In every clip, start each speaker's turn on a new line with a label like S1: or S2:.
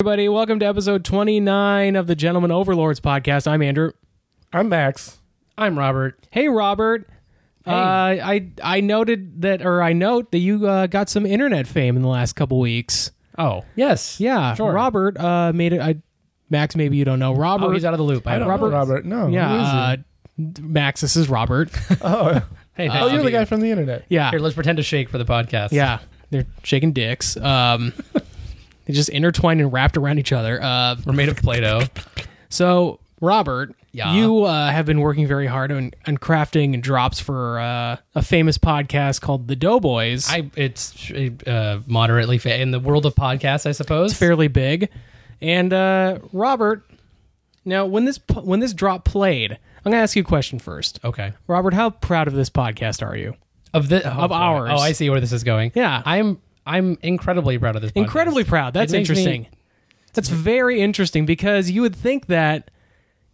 S1: Everybody, welcome to episode 29 of the Gentleman Overlords podcast. I'm Andrew.
S2: I'm Max.
S3: I'm Robert.
S1: Hey, Robert. Uh, I I noted that, or I note that you uh, got some internet fame in the last couple weeks.
S3: Oh, yes.
S1: Yeah,
S3: Sure.
S1: Robert uh, made it. I, Max, maybe you don't know Robert.
S3: Oh, he's out of the loop. I,
S2: I
S3: don't
S2: don't
S3: Robert.
S2: know Robert. No. who
S1: yeah,
S2: is
S1: uh, Max. This is Robert.
S2: he? Oh,
S3: Hey, nice
S2: oh,
S3: to
S2: you're the
S3: meet
S2: guy
S3: you.
S2: from the internet.
S1: Yeah,
S3: Here, let's pretend to shake for the podcast.
S1: yeah. They're shaking dicks. Um, they just intertwined and wrapped around each other. Uh,
S3: We're made of Play-Doh.
S1: So, Robert,
S3: Yeah.
S1: you uh, have been working very hard on, on crafting drops for uh, a famous podcast called The Doughboys.
S3: I it's uh, moderately fa- in the world of podcasts, I suppose.
S1: it's fairly big. And uh, Robert, now when this po- when this drop played, I'm going to ask you a question first.
S3: Okay.
S1: Robert, how proud of this podcast are you?
S3: Of the oh,
S1: Of
S3: boy.
S1: ours.
S3: Oh, I see where this is going.
S1: Yeah.
S3: I'm I'm incredibly proud of this. podcast.
S1: Incredibly proud. That's
S3: It makes me-
S1: interesting. That's very interesting because you would think that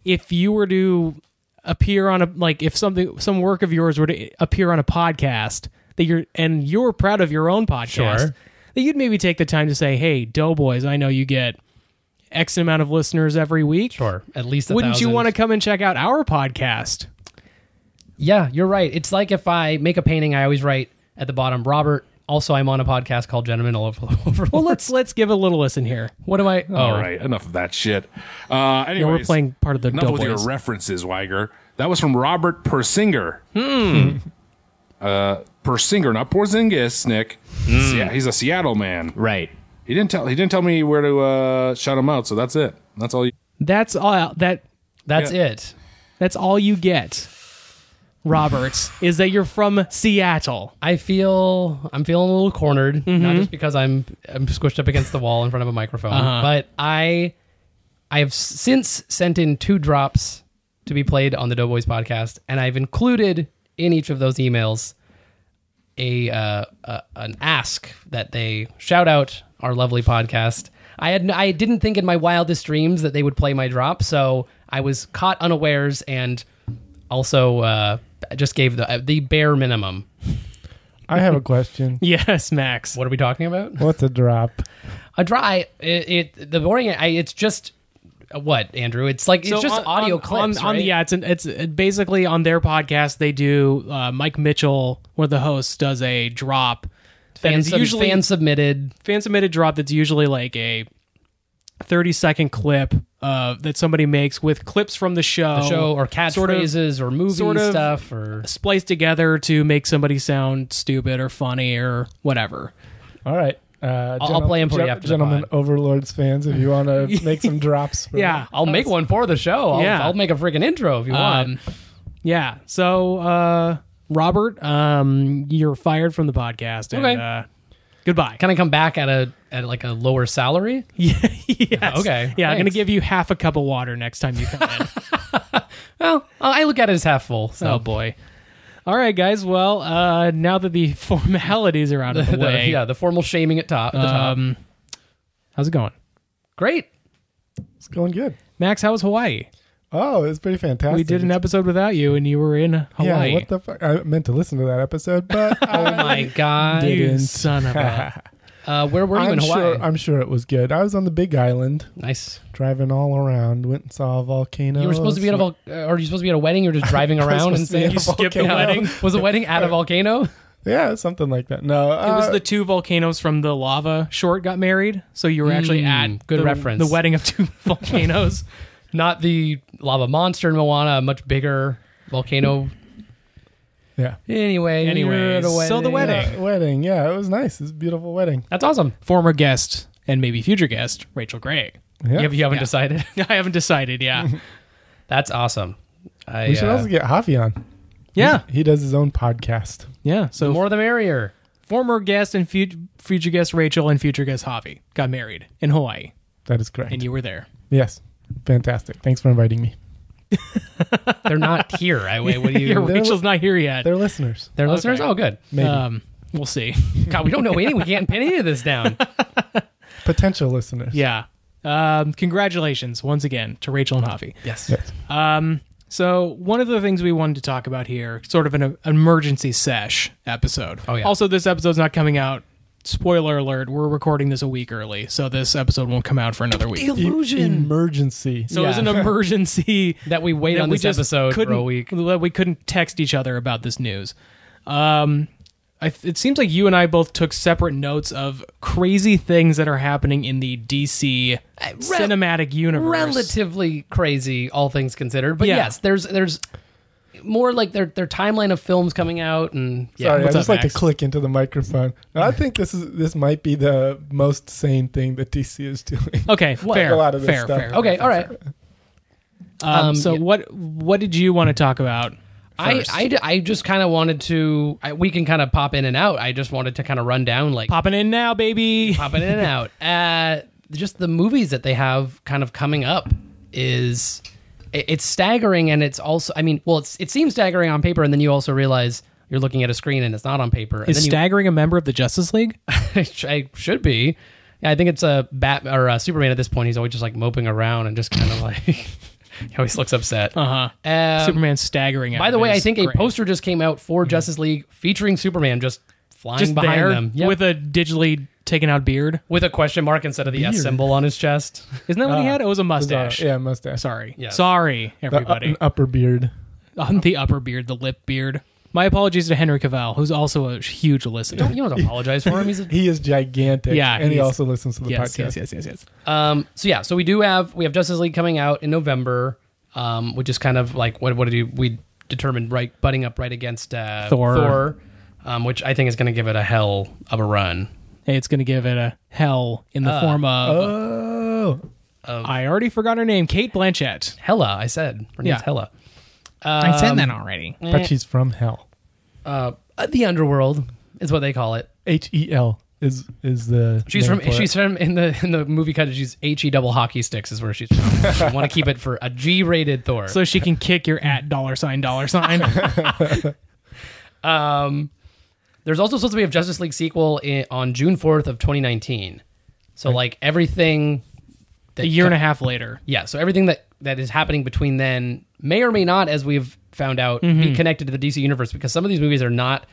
S1: if you were to appear on a like if something some work of yours were to appear on a podcast that you're and you're proud of your own podcast
S3: Sure.
S1: that you'd maybe take the time to say, "Hey, Doughboys, I know you get X amount of listeners every week.
S3: Sure. At least. A
S1: Wouldn't you
S3: thousand.
S1: want to come and check out our podcast?"
S3: Yeah, you're right. It's like if I make a painting, I always write at the bottom, Robert. Also, I'm on a podcast called Gentlemen Over.
S1: Well, let's let's give a little listen here.
S3: what am I? Oh,
S4: All right, enough of that shit. Uh, anyways,
S1: we're playing part of the
S4: enough with your
S1: Doughboys.
S4: references, Weiger. That was from Robert Persinger. Hmm. uh, Persinger, not Porzingis, Nick.
S2: Hmm.
S4: Yeah, he's a Seattle man.
S5: Right.
S4: He didn't tell. He didn't tell me where to uh, shout him out. So that's it. That's all. You,
S1: That's all that
S3: that's
S4: Yeah.
S3: it.
S1: That's all you get, Roberts, is that you're from Seattle.
S3: I feel I'm feeling a little cornered, not just because I'm I'm squished up against the wall in front of a microphone, but I I have since sent in two drops to be played on the Doughboys podcast, and I've included in each of those emails a, uh, a an ask that they shout out our lovely podcast. I had n- I didn't think in my wildest dreams that they would play my drop, so I was caught unawares and also uh, just gave the the bare minimum.
S2: I have a question.
S1: Yes, Max.
S3: What are we talking about?
S2: What's a drop?
S3: A dry. It, it the boring. I, it's just uh, what Andrew. It's like
S1: So
S3: it's just
S1: on-
S3: audio
S1: on,
S3: clips.
S1: On, on
S3: right?
S1: yeah, it's an, it's uh, basically on their podcast. They do uh, Mike Mitchell, one of the hosts, does a drop that
S3: fan,
S1: is
S3: sub-
S1: usually
S3: fan submitted.
S1: fan submitted drop that's usually like a thirty second clip uh, that somebody makes with clips from the show,
S3: Show
S1: sort
S3: or
S1: of-
S3: catchphrases or movie
S1: sort of-
S3: stuff or
S1: spliced together to make somebody sound stupid or funny or whatever.
S2: All right. Uh,
S3: I'll play him for you after the
S2: Gentlemen
S3: pod.
S2: Overlords fans, if you want to make some drops. For
S1: Yeah,
S3: I'll make one for the show. I'll,
S1: Yeah.
S3: I'll make a freaking intro if you want.
S1: Um, yeah. So, uh, Robert, um, you're fired from the podcast. And,
S3: Okay.
S1: Uh, goodbye.
S3: Can I come back at a at like a lower salary?
S1: yeah. yes.
S3: Okay,
S1: Yeah. I'm gonna
S3: thanks.
S1: give you half a cup of water next time you come in.
S3: Well, I look at it as half full. So
S1: oh boy. All right, guys. Well, uh, now that the formalities are out of the,
S3: The-
S1: way,
S3: yeah, the formal shaming at top. At the top.
S1: um, how's it going,
S3: Great.
S2: It's going good.
S1: Max? How was Hawaii?
S2: Oh, it's pretty fantastic.
S1: We did an episode without you, and you were in Hawaii.
S2: Yeah, what the fuck? I meant to listen to that episode, but
S3: Oh
S2: I,
S3: my god.
S1: you
S2: didn't.
S1: son of a.
S3: Uh, where were you
S2: I'm
S3: in Hawaii?
S2: sure. I'm sure it was good. I was on the Big Island,
S3: nice.
S2: driving all around. Went and saw a volcano.
S3: You were supposed to be at a vol- uh, are you supposed to be at a wedding or just driving around and
S2: supposed to be
S3: saying
S2: at a You skipped the volcano. wedding?
S3: Was the wedding at a volcano?
S2: Yeah, something like that. No, uh,
S1: It was the two volcanoes from the lava short got married, so you were actually
S3: Mm,
S1: at
S3: good
S1: the,
S3: reference.
S1: the wedding of two volcanoes.
S3: Not the lava monster in Moana, a much bigger volcano.
S2: yeah.
S3: Anyway,
S1: Anyways,
S3: you're at a
S1: so the wedding.
S2: Yeah, wedding. Yeah, it was nice. It was a beautiful wedding.
S3: That's awesome.
S1: Former guest and maybe future guest Rachel Gray.
S2: Yeah.
S3: You, have, not decided.
S1: I haven't decided. Yeah,
S3: That's awesome. I,
S2: We should
S3: uh,
S2: also get Javi on.
S1: yeah,
S2: He does his own podcast.
S1: yeah. So
S3: more the merrier.
S1: former guest and fut- future guest Rachel and future guest Javi got married in Hawaii,
S2: That is correct.
S1: and you were there.
S2: yes. Fantastic. Thanks for inviting me.
S3: They're not here. I wait. What do
S1: Your
S3: you?
S2: They're-
S1: Rachel's not here yet.
S2: They're listeners.
S3: Their listeners? Oh, good.
S2: Maybe.
S1: Um, we'll see.
S3: God, we don't know any. We can't pin any of this down.
S2: Potential listeners.
S1: yeah. Um, congratulations once again to Rachel and Javi.
S3: Yes.
S2: Yes.
S1: Um, so one of the things we wanted to talk about here, sort of an uh, e-, emergency sesh episode.
S3: Oh, yeah.
S1: Also, this episode's not coming out spoiler alert, we're recording this a week early, so this episode won't come out for another week.
S2: E- emergency.
S1: So it was
S3: Yeah.
S1: an emergency
S3: that we wait
S1: that
S3: on
S1: we
S3: this
S1: just
S3: episode for
S1: couldn't,
S3: a week.
S1: that we couldn't text each other about this news. Um, I, it seems like you and I both took separate notes of crazy things that are happening in the DC cinematic universe.
S3: Relatively crazy, all things considered. But
S1: Yeah.
S3: yes, there's there's more like their their timeline of films coming out and yeah.
S2: Sorry, I
S1: what's
S2: just
S1: up,
S2: like
S1: Max?
S2: to click into the microphone. Now, I think this is this might be the most sane thing that DC is doing.
S1: Okay, fair,
S2: a lot of this
S1: fair,
S2: stuff.
S1: fair.
S3: Okay, all right.
S1: Um,
S3: Um,
S1: so
S3: yeah.
S1: what what did you want to talk about?
S3: I,
S1: First?
S3: I, I just kind of wanted to. I, we can kind of pop in and out. I just wanted to kind of run down like
S1: popping in now, baby.
S3: popping in and out. Uh, just the movies that they have kind of coming up is it- it's staggering, and it's also. I mean, well, it's it seems staggering on paper, and then you also realize you're looking at a screen and it's not on paper. And
S1: Is
S3: then
S1: staggering a member of the Justice League?
S3: you, I should be. Yeah, I think it's a bat or a Superman at this point. He's always just like moping around and just kind of like he always looks upset.
S1: Uh huh.
S3: Um,
S1: Superman staggering.
S3: By the way, I think a
S1: post
S3: poster just came out for Justice League featuring Superman just flying
S1: Mm-hmm. just
S3: behind
S1: there
S3: them Yep.
S1: with a digitally taken out beard.
S3: with a question mark instead of the S symbol on his chest.
S1: Isn't that what he
S2: Uh,
S1: had? It was a
S2: It was a-
S1: mustache.
S2: yeah, mustache.
S1: Sorry.
S3: Yes.
S1: Sorry,
S2: The-
S1: everybody.
S2: an upper beard.
S1: uh, On the upper beard, the lip beard. My apologies to Henry Cavill, who's also a huge listener.
S3: Don't you don't apologize for him. He's a,
S2: He is gigantic.
S1: Yeah,
S2: and he
S1: he's-
S2: also listens to the
S1: Yes,
S2: podcast.
S1: yes, yes, yes, yes.
S3: um. So yeah, so we do have we have Justice League coming out in November, um, which is kind of like what what did you- we determined right butting up right against uh,
S1: Thor.
S3: um, which I think is going to give it a hell of a run.
S1: Hey, it's going to give it a hell in the form of.
S2: Oh,
S1: I already forgot her name, Kate Blanchett.
S3: Hella, I said. Her name's
S1: Yeah.
S3: Hella.
S1: I said that already.
S2: but she's from hell.
S3: Uh, the underworld is what they call it.
S2: H E L is is the.
S3: She's
S2: name
S3: from
S2: for it.
S3: she's from in the in the movie cut. She's H E double hockey sticks is where she's from. I want to keep it for a G rated Thor.
S1: So she can kick your at dollar sign, dollar sign.
S3: um, there's also supposed to be a Justice League sequel i on June 4th of 2019. So like everything
S1: a year and a half later.
S3: yeah, so everything that that is happening between then may or may not, as we've found out,
S1: Mm-hmm.
S3: be connected to the DC universe because some of these movies are not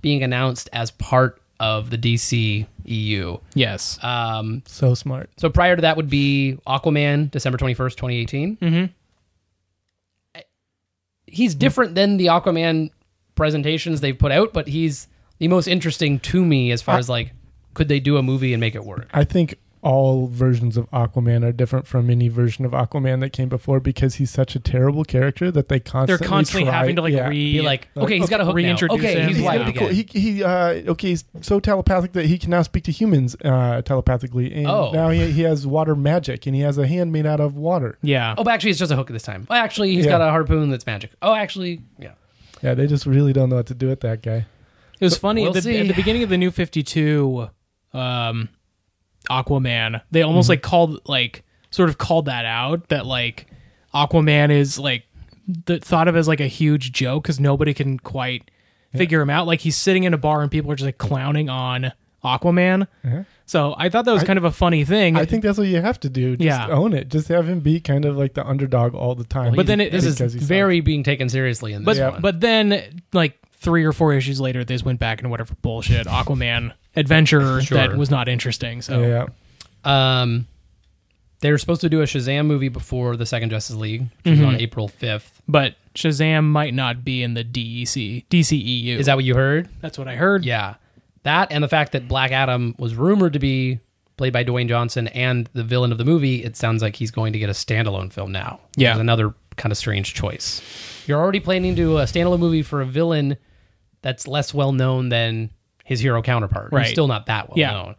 S3: being announced as part of the DC EU.
S1: Yes.
S3: Um,
S2: so smart.
S3: So prior to that would be Aquaman, December 21st, 2018. Mm-hmm.
S1: Mm-hmm.
S3: He's different than the Aquaman presentations they've put out, but he's the most interesting to me as far as like, could they do a movie and make it work?
S2: I think all versions of Aquaman are different from any version of Aquaman that came before because he's such a terrible character that they
S1: They're
S2: constantly
S1: constantly
S2: try-
S1: having to like
S2: yeah.
S1: re.
S3: Be like, okay, he's got a hook now.
S1: Reintroduce
S3: Okay,
S1: him.
S3: he's
S2: He's
S1: Wow.
S3: wild
S2: gonna be cool.
S3: again.
S2: He, he uh, okay, he's so telepathic that he can now speak to humans uh, telepathically, and
S3: Oh.
S2: now he, he has water magic, and he has a hand made out of water.
S1: yeah.
S3: Oh, but actually, it's just a hook this time. Oh, actually, he's
S2: Yeah.
S3: got a harpoon that's magic. Oh, actually, yeah.
S2: Yeah, they just really don't know what to do with that guy.
S1: It was funny
S3: we'll
S1: at, the,
S3: see.
S1: at the beginning of the new 52 um Aquaman. They almost like called like sort of called that out that like Aquaman is like the, thought of as like a huge joke cuz nobody can quite figure him out like he's sitting in a bar and people are just like clowning on Aquaman. So I thought that was kind of a funny thing.
S2: Uh-huh. I think that's what you have to do. Just
S1: Yeah.
S2: own it. Just have him be kind of like the underdog all the time.
S1: But then it-
S3: this is
S2: Because he's-
S3: very being taken seriously in
S1: but
S3: this one.
S1: but then like 3 or 4 issues later they just went back and whatever bullshit Aquaman adventure
S3: Sure.
S1: that was not interesting. So
S2: yeah,
S3: Um, they were supposed to do a Shazam movie before the second Justice League, which
S1: Mm-hmm.
S3: is on April 5th.
S1: but Shazam might not be in the E DEC DCEU.
S3: Is that what you heard?
S1: that's what I heard?
S3: Yeah. That and the fact that Black Adam was rumored to be played by Dwayne Johnson and the villain of the movie, it sounds like he's going to get a standalone film now. which
S1: Yeah.
S3: is another kind of strange choice. You're already planning to do a standalone movie for a villain that's less well known than his hero counterpart. who's
S1: Right.
S3: still not that well
S1: Yeah.
S3: known.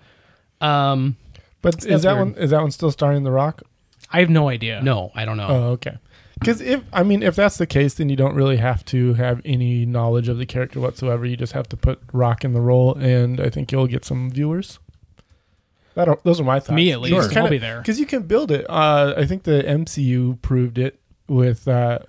S3: Um,
S2: but is that
S3: weird.
S2: one is that one still starring The Rock?
S1: I have no idea.
S3: no, I don't know.
S2: Oh, okay. Because if I mean, if that's the case, then you don't really have to have any knowledge of the character whatsoever. You just have to put Rock in the role, and I think you'll get some viewers. That are, those are my thoughts.
S1: Me, at least. I'll be there.
S2: because you can build it. Uh, I think the MCU proved it with uh,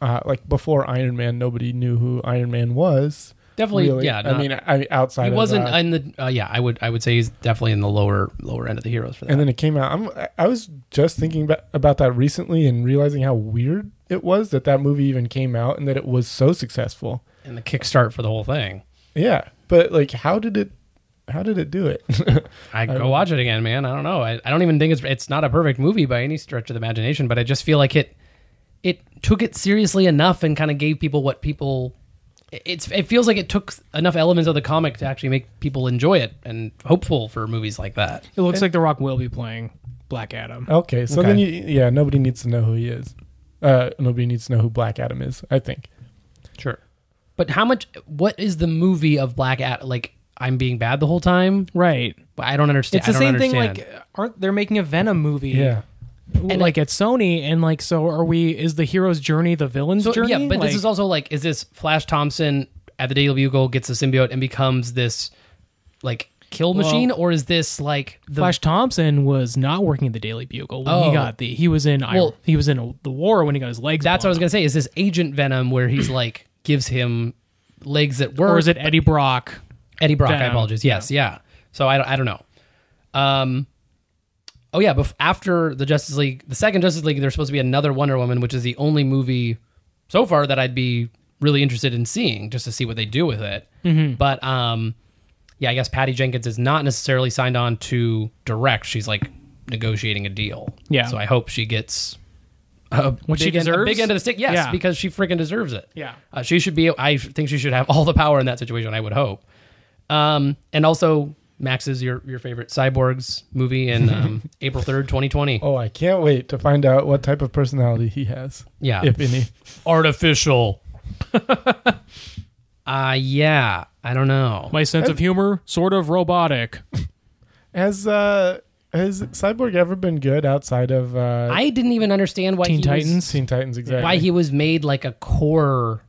S2: uh, like before Iron Man, nobody knew who Iron Man was.
S3: Definitely,
S2: really.
S3: yeah.
S2: I
S3: not-
S2: mean, I, I- outside
S3: he
S2: of,
S3: wasn't
S2: uh,
S3: in the uh, yeah i would i would say he's definitely in the lower lower end of the heroes for that
S2: and then it came out. I'm, I- I was just thinking about, about that recently and realizing how weird it was that that movie even came out and that it was so successful.
S3: and the kickstart for the whole thing
S2: Yeah, but like, how did it? How did it do it?
S3: I go watch it again, man. I don't know. I, I don't even think it's it's not a perfect movie by any stretch of the imagination, but I just feel like it it took it seriously enough and kind of gave people what people it- it's it feels like it took enough elements of the comic to actually make people enjoy it and hopeful for movies like that.
S1: It looks like The Rock will be playing Black Adam.
S3: Oh.
S2: okay, so
S1: Okay.
S2: then you yeah, nobody needs to know who he is. Uh, nobody needs to know who Black Adam is. I think
S3: Sure. But how much what is the movie of Black Adam like I'm being bad the whole time?
S1: Right.
S3: I don't understand.
S1: It's the
S3: I don't
S1: same thing.
S3: understand.
S1: Like, aren't they're making a Venom movie?
S2: yeah.
S1: w- like at Sony, and like, so are we? Is the hero's journey the villain's
S3: So
S1: journey?
S3: yeah, but
S1: Like,
S3: this is also like, is this Flash Thompson at the Daily Bugle gets the symbiote and becomes this like kill machine, or is this like the
S1: Flash Thompson was not working at the Daily Bugle when
S3: Oh.
S1: he got the. He was in.
S3: Well-
S1: Well, he was in the war when he got his legs.
S3: that's what I was
S1: blown
S3: gonna say? Is this Agent Venom where he's like gives him legs at work,
S1: off. Or is it Eddie Brock?
S3: Eddie Brock? I
S1: Venom.
S3: apologize. Yes, yeah. So I don't, I don't know. Um. Oh yeah, bef- after the Justice League, the second Justice League, there's supposed to be another Wonder Woman, which is the only movie so far that I'd be really interested in seeing just to see what they do with it.
S1: Mm-hmm.
S3: But um, yeah, I guess Patty Jenkins is not necessarily signed on to direct. She's like negotiating a deal.
S1: Yeah.
S3: So I hope she gets a
S1: What she
S3: big end, a
S1: deserves?
S3: big end of the stick. Yes,
S1: Yeah.
S3: because she freaking deserves it.
S1: Yeah.
S3: Uh, she should be. I think she should have all the power in that situation. I would hope. Um, and also Max's your your favorite cyborgs movie in um, April third, twenty twenty.
S2: Oh, I can't wait to find out what type of personality he has,
S3: Yeah.
S2: if any.
S3: Artificial. uh yeah. I don't know.
S1: My sense of humor, sort of robotic.
S2: Has uh has Cyborg ever been good outside of uh
S3: I didn't even understand why
S1: Teen
S3: he
S1: Titans.
S3: Was,
S2: Teen Titans exactly?
S3: why he was made like a core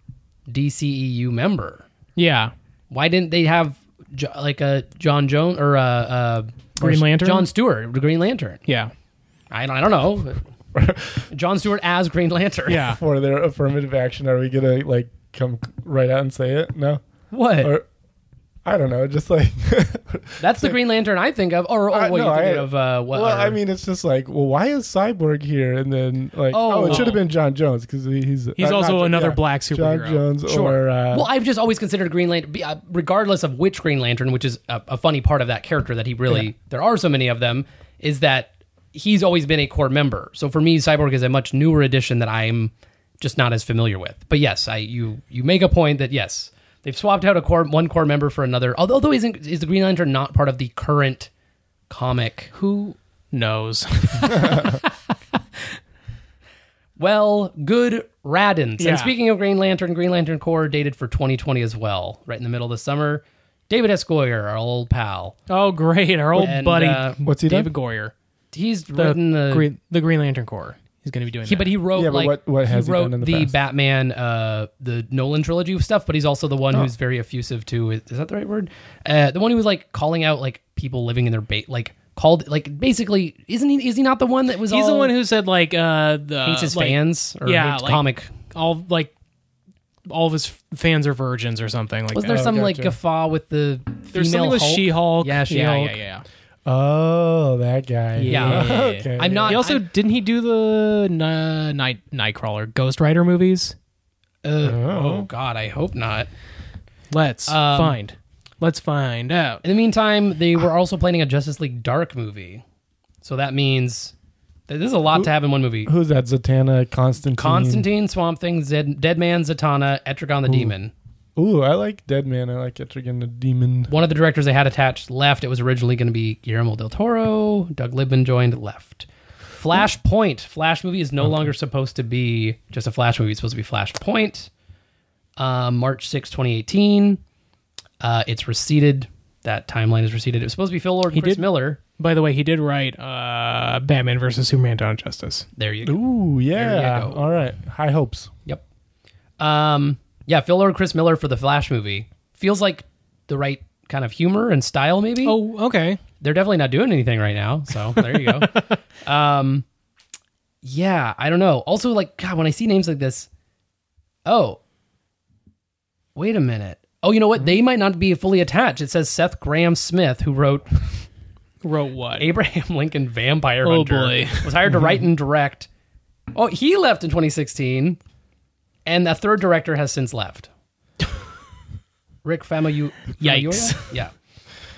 S3: DCEU member.
S1: Yeah.
S3: Why didn't they have Jo- like a John Jones or a, uh
S1: Green Lantern?
S3: John Stewart, Green Lantern.
S1: Yeah.
S3: I don't, I don't know. John Stewart as Green Lantern.
S1: Yeah.
S2: for their affirmative action are we going to like come right out and say it? No.
S3: What?
S2: Or I don't know, just like
S3: That's the Green Lantern I think of. Or, or
S2: I-
S3: Oh, what
S2: no,
S3: you
S2: I-
S3: think of? Uh, what,
S2: Well,
S3: or-
S2: I mean, it's just like, well, why is Cyborg here? And then, like,
S3: Oh.
S2: oh, it should have been John Jones because he, he's uh,
S1: He's also another black
S2: John
S1: superhero.
S2: Jones
S3: Sure.
S2: or uh,
S3: well, I've just always considered Green Lantern, be- uh, regardless of which Green Lantern, which is a, a funny part of that character that he really, there are so many of them, is that he's always been a core member. So for me, Cyborg is a much newer addition that I'm just not as familiar with. But yes, I you you make a point that yes, they've swapped out a core one core member for another. Although, although isn't is the Green Lantern not part of the current comic?
S1: Who knows?
S3: Well, good radins.
S1: Yeah.
S3: And speaking of Green Lantern, Green Lantern Corps dated for 2020 as well, right in the middle of the summer. David S. Goyer, our old pal,
S1: oh, great. Our old
S3: And,
S1: buddy,
S3: uh,
S2: What's he done?
S1: David Goyer,
S3: he's
S1: the
S3: written the.
S1: Green, the Green Lantern Corps. He's going to be doing
S3: he,
S1: that.
S3: but he wrote
S2: Yeah, but
S3: like
S2: what- what has
S3: he
S2: he
S3: wrote
S2: done in the past?
S3: Batman, uh, the Nolan trilogy stuff. But he's also the one
S1: Oh.
S3: who's very effusive to. Is that the right word? Uh, the one who was like calling out like people living in their bait, like called like basically isn't he? Is he not the one that was?
S1: he's the
S3: all-
S1: one who said like uh, the,
S3: hates his
S1: like,
S3: fans or
S1: yeah,
S3: hates
S1: like-
S3: comic
S1: all like all of his f- fans are virgins or something like
S3: Wasn't
S1: that.
S3: there some like
S2: gotcha.
S3: guffaw with the
S1: oh, There's
S3: female
S1: something with
S3: Hulk?
S1: She-Hulk.
S3: Yeah, She-Hulk.
S1: Yeah, yeah,
S2: oh, that guy.
S3: Yeah.
S2: Okay.
S3: I'm
S1: yeah.
S3: not.
S1: He also
S3: I'm-
S1: didn't he do the Ni- night Nightcrawler Ghost Rider movies?
S3: uh, oh God, I hope not.
S1: Let's
S3: Um,
S1: find. Let's find out.
S3: In the meantime, they were also planning a Justice League Dark movie, so that means that there's a lot to have in one movie.
S2: Who's that? Zatanna Constantine.
S3: Constantine, Swamp Thing, Zed, Dead Man, Zatanna, Etrigan the Demon.
S2: Ooh, I like Dead Man. I like Etrigan the Demon.
S3: One of the directors they had attached left. It was originally going to be Guillermo del Toro. Doug Libman joined, left. Flashpoint. Flash movie is no longer supposed to be just a Flash movie. It's supposed to be Flashpoint. Uh, March 6, 2018. Uh, it's receded. That timeline is receded. It was supposed to be Phil Lord and
S1: He
S3: Chris
S1: did-
S3: Miller.
S1: By the way, he did write uh, Batman versus Superman: Dawn of Justice.
S3: There you go.
S2: Ooh, yeah.
S3: go.
S2: All right. High hopes.
S3: Yep. Um, yeah, Phil Lord and Chris Miller for the Flash movie. Feels like the right kind of humor and style, maybe.
S1: Oh, okay.
S3: they're definitely not doing anything right now. So there you go. um, yeah, I don't know. Also, like, God, when I see names like this, oh, wait a minute. Oh, you know what? They might not be fully attached. It says Seth Graham Smith, who wrote
S1: Wrote what?
S3: Abraham Lincoln Vampire
S1: Oh,
S3: Hunter,
S1: boy.
S3: was hired to write and direct. Oh, he left in 2016, and a third director has since left. Rick Famuyiwa.
S1: Yikes.
S3: Yeah.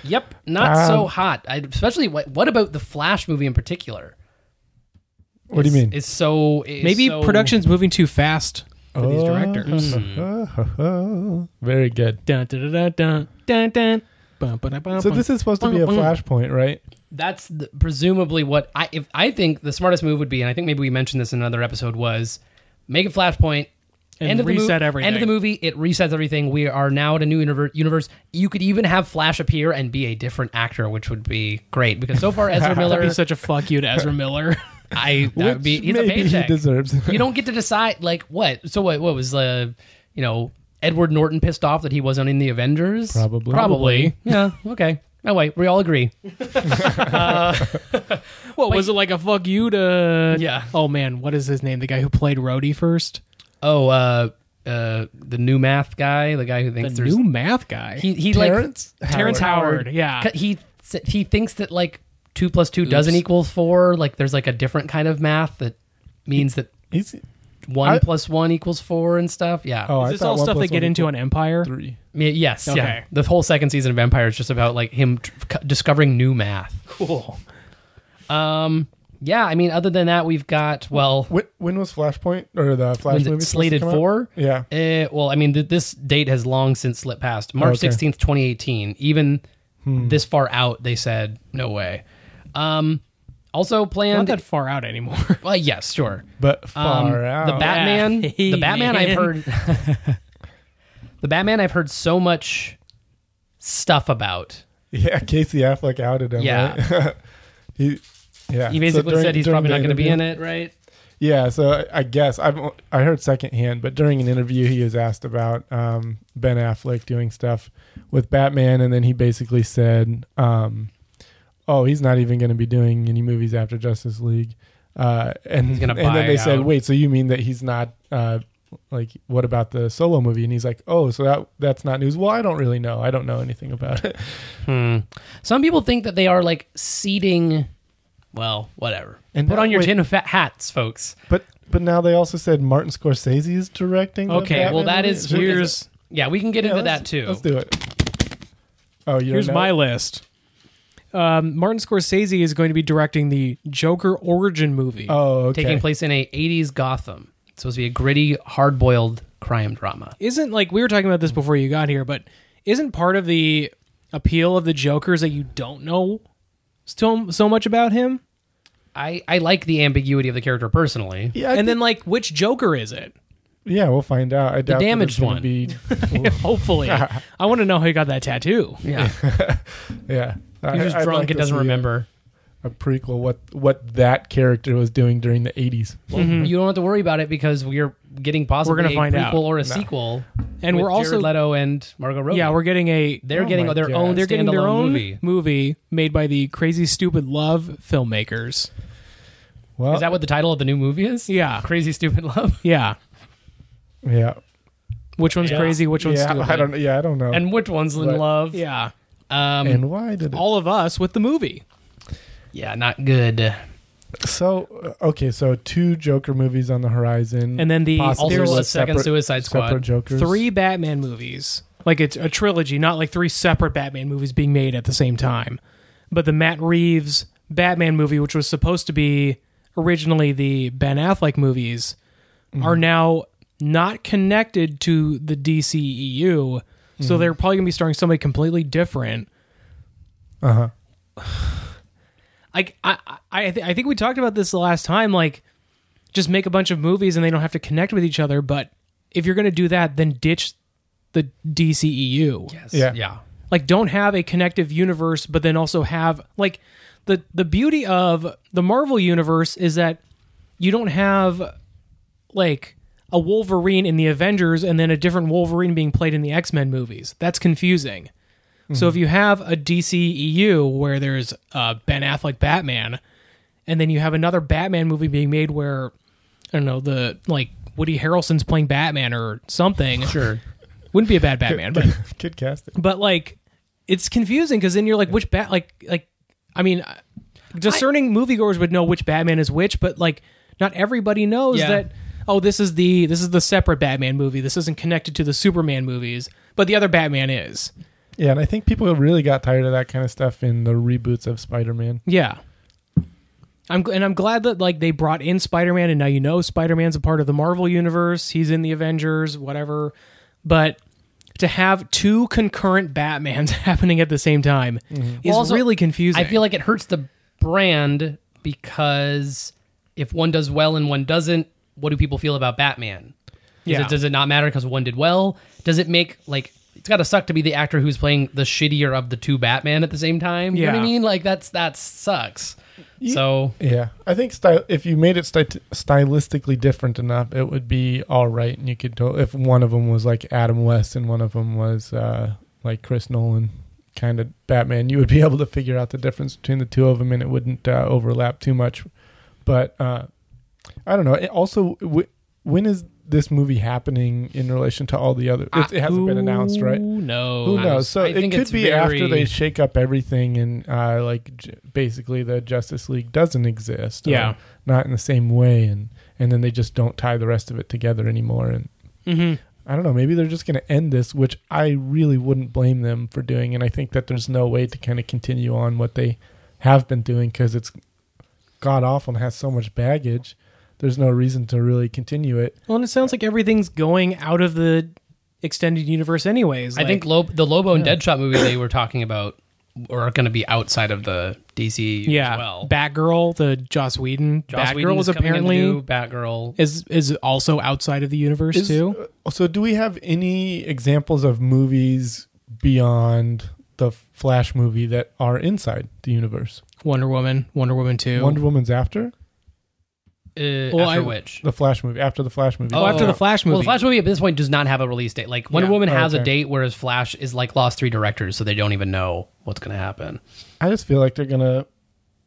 S3: Yep, not so
S2: Um,
S3: hot. I, especially what, what about the Flash movie in particular?
S2: What do you mean?
S3: It's so is
S1: Maybe
S3: so- Oh.
S1: production's moving too fast for these directors.
S2: Oh. Very good.
S1: Dun, dun, dun, dun, dun, dun, dun. Bum, ba-da, bum,
S2: So
S1: bum.
S2: this is supposed to be a flashpoint, right?
S3: That's the, presumably what I if I think the smartest move would be, and I think maybe we mentioned this in another episode was make a flashpoint.
S1: And
S3: end of the
S1: reset
S3: movie,
S1: everything.
S3: End of the movie, it resets everything. We are now at a new univer- universe. You could even have Flash appear and be a different actor, which would be great because so far Ezra Miller,
S1: That'd be such a fuck you to Ezra Miller.
S3: I that would be
S2: Which
S3: he's a
S2: maybe he
S3: paycheck.
S2: deserves.
S3: you don't get to decide like what. So what? What was the you know Edward Norton pissed off that he wasn't in the Avengers?
S2: Probably.
S3: Probably. yeah. Okay. Oh wait, we all agree.
S1: What was it like a fuck you to?
S3: Yeah.
S1: Oh man, what is his name? The guy who played Rhodey first.
S3: Oh, uh, uh, the new math guy, the guy who
S1: The
S3: thinks there's
S1: new math guy.
S3: he he
S2: Terrence.
S3: like
S1: Terrence Howard. Yeah.
S3: C- he s- he thinks that like two plus two doesn't equal four. Like there's like a different kind of math that means that
S2: He's
S3: one
S2: I-
S3: plus one equals four and stuff. Yeah.
S2: oh, I
S1: Is this
S2: thought
S1: all
S2: one
S1: stuff they
S2: plus
S1: get
S2: one
S1: into on Empire?
S2: equals three.
S3: Yeah, yes. Yeah.
S1: Okay.
S3: The whole second season of Empire is just about like him tr- c- discovering new math.
S1: Cool.
S3: Um. Yeah. I mean, other than that, we've got well.
S2: When, when was Flashpoint or the Flash movie
S3: When's it
S2: supposed to
S3: slated
S2: come out?
S3: for?
S2: Yeah,
S3: Eh, well, I mean, th- this date has long since slipped past
S2: Okay.
S3: March
S2: Hmm.
S3: sixteenth, twenty eighteen. Even this far out, they said no way. Um, also
S1: Not
S3: planned.
S1: that far out anymore.
S3: well, yes, sure.
S2: but
S3: Um,
S2: far out.
S3: The Batman.
S1: Yeah.
S3: The Batman. I've
S1: Man.
S3: heard. the Batman. I've heard so much stuff about.
S2: yeah, Casey Affleck outed him.
S3: Yeah.
S2: right? he. Yeah,
S3: He basically said he's probably not going to be
S2: in it.
S3: in it, right?
S2: Yeah, so I- I guess I've o- I heard secondhand, but during an interview, he was asked about um, Ben Affleck doing stuff with Batman, and then he basically said, um, "Oh, he's not even going to be doing any movies after Justice League." Uh, and
S3: He's gonna
S2: and
S3: buy
S2: then they said,
S3: out.
S2: "Wait, so you mean that he's not uh, like what about the solo movie?" And he's like, "Oh, so that that's not news." Well, I don't really know. I don't know anything about it.
S3: Some people think that they are like seeding. Well, whatever.
S2: And
S3: put
S2: that-
S3: on your
S2: wait.
S3: tin of fat hats, folks.
S2: but but now they also said Martin Scorsese is directing. the
S1: Okay,
S2: Batman
S3: well, that
S2: movie.
S3: is
S2: Should-
S3: weird.
S1: Here's
S3: Yeah, we can get
S2: Yeah,
S3: into
S2: let's-
S3: that too.
S2: Let's do it. Oh, you
S1: here's
S2: don't know?
S1: my list. Um, Martin Scorsese is going to be directing the Joker origin movie.
S2: Oh, okay.
S3: taking place in a 80s Gotham. It's supposed to be a gritty, hard-boiled crime drama.
S1: isn't like we were talking about this before you got here, but isn't part of the appeal of the Joker is that you don't know so so much about him?
S3: I, I like the ambiguity of the character personally.
S2: Yeah, I
S1: and
S2: think-
S1: then like which Joker is it?
S2: yeah, we'll find out. I doubt that it's
S3: damaged
S2: gonna
S3: one.
S2: Be,
S1: Hopefully, I want to know how he got that tattoo.
S3: Yeah,
S2: yeah, I,
S3: he was
S2: I'd
S3: drunk
S2: like
S3: and
S2: to
S3: doesn't
S2: see
S3: remember.
S2: a prequel. What what that character was doing during the eighties?
S3: Mm-hmm. You don't have to worry about it because we're getting possibly
S1: gonna
S3: a
S1: find
S3: prequel
S1: out.
S3: or a sequel.
S1: And
S3: with
S1: we're also-
S3: Jared Leto and Margot Robbie.
S1: Yeah, we're getting a
S3: they're
S2: Oh
S3: getting
S2: my
S3: their
S2: God.
S3: own
S1: they're getting their
S3: standalone
S1: own
S3: movie.
S1: movie made by the Crazy Stupid Love filmmakers.
S2: Well,
S3: Is that what the title of the new movie is?
S1: Yeah.
S3: Crazy Stupid Love.
S1: Yeah,
S2: yeah,
S1: which one's
S3: Yeah.
S1: crazy? Which one's
S2: yeah.
S1: stupid?
S2: I don't. Yeah, I don't know. And,
S3: And which one's in
S2: Right.
S3: love?
S1: Yeah,
S3: Um,
S2: why did it?
S1: all of us with the movie.
S3: yeah, not good.
S2: so uh, okay, so two Joker movies on the horizon,
S1: And then the-
S2: possibly
S1: there's
S2: with
S1: a
S3: second
S2: separate-
S3: Suicide Squad.
S2: separate Jokers.
S1: Three Batman movies, like it's a trilogy, not like three separate Batman movies being made at the same time. But the Matt Reeves Batman movie, which was supposed to be originally the Ben Affleck movies, are now not connected to the DCEU. So they're probably going to be starring somebody completely different.
S2: Uh huh.
S1: like I I I, th- I think we talked about this the last time. Like, just make a bunch of movies and they don't have to connect with each other. But if you're going to do that, then ditch the E DCEU.
S3: Yes.
S2: Yeah.
S3: Yeah.
S1: Like, don't have a connective universe, but then also have like the the beauty of the Marvel universe is that you don't have like a Wolverine in the Avengers and then a different Wolverine being played in the X Men movies. That's confusing. So if you have a DCEU where there's uh, Ben Affleck Batman, and then you have another Batman movie being made where I don't know the like Woody Harrelson's playing Batman or something,
S3: Sure.
S1: wouldn't be a bad Batman, but
S2: Kid casting.
S1: but like it's confusing because then you're like which bat like like I mean I- discerning moviegoers would know which Batman is which, but like not everybody knows
S3: Yeah.
S1: that oh this is the this is the separate Batman movie. This isn't connected to the Superman movies, but the other Batman is.
S2: Yeah, and I think people really got tired of that kind of stuff in the reboots of Spider-Man.
S1: Yeah. I'm gl- and I'm glad that like they brought in Spider-Man and now you know Spider-Man's a part of the Marvel universe, he's in the Avengers, whatever. But to have two concurrent Batmans happening at the same time is
S3: Well, Mm-hmm. also,
S1: really confusing.
S3: I feel like it hurts the brand because if one does well and one doesn't, what do people feel about Batman? Is
S1: Yeah.
S3: it, does it not matter because one did well? Does it make like it's got to suck to be the actor who's playing the shittier of the two Batman at the same time? You know what
S1: Yeah.
S3: I mean? Like that's that sucks. So
S2: Yeah, I think style. If you made it sty- stylistically different enough, it would be all right, and you could. To- if one of them was like Adam West and one of them was uh, like Chris Nolan, kind of Batman, you would be able to figure out the difference between the two of them, and it wouldn't uh, overlap too much. But uh, I don't know. It also, w- when is this movie happening in relation to all the other? It, it hasn't been announced, right?
S1: No.
S2: Who knows? So
S3: I
S2: it
S3: think
S2: could
S3: it's
S2: be
S3: very-
S2: after they shake up everything and uh, like j- basically the Justice League doesn't exist. or
S1: Yeah.
S2: not in the same way, and and then they just don't tie the rest of it together anymore. And
S1: Mhm.
S3: Mm-hmm.
S2: I don't know. Maybe they're just going to end this, which I really wouldn't blame them for doing. And I think that there's no way to kind of continue on what they have been doing because it's god awful and has so much baggage. There's no reason to really continue it.
S1: Well, and it sounds like everything's going out of the extended universe anyways.
S3: I think
S1: like-
S3: Lob- the Lobo and Deadshot movie they were talking about are going to be outside of the DC
S1: yeah,
S3: as well.
S1: Batgirl, the Joss Whedon
S3: Joss
S1: Batgirl
S3: Whedon
S1: is
S3: coming in to do
S1: apparently
S3: Batgirl.
S1: is is also outside of the universe
S2: Is-
S1: too.
S2: uh, So, do we have any examples of movies beyond the Flash movie that are inside the universe?
S1: Wonder Woman, Wonder Woman 2.
S2: Wonder Woman's after
S3: Uh,
S1: Well, I-
S3: after which?
S2: the Flash movie, after the Flash movie.
S1: oh, after the
S3: Oh.
S1: Flash movie.
S3: Well, the Flash movie at this point does not have a release date. Like Wonder
S1: Yeah.
S3: Woman
S2: Oh,
S3: has a
S2: okay.
S3: date, whereas Flash is like lost three directors, so they don't even know what's going to happen.
S2: I just feel like they're gonna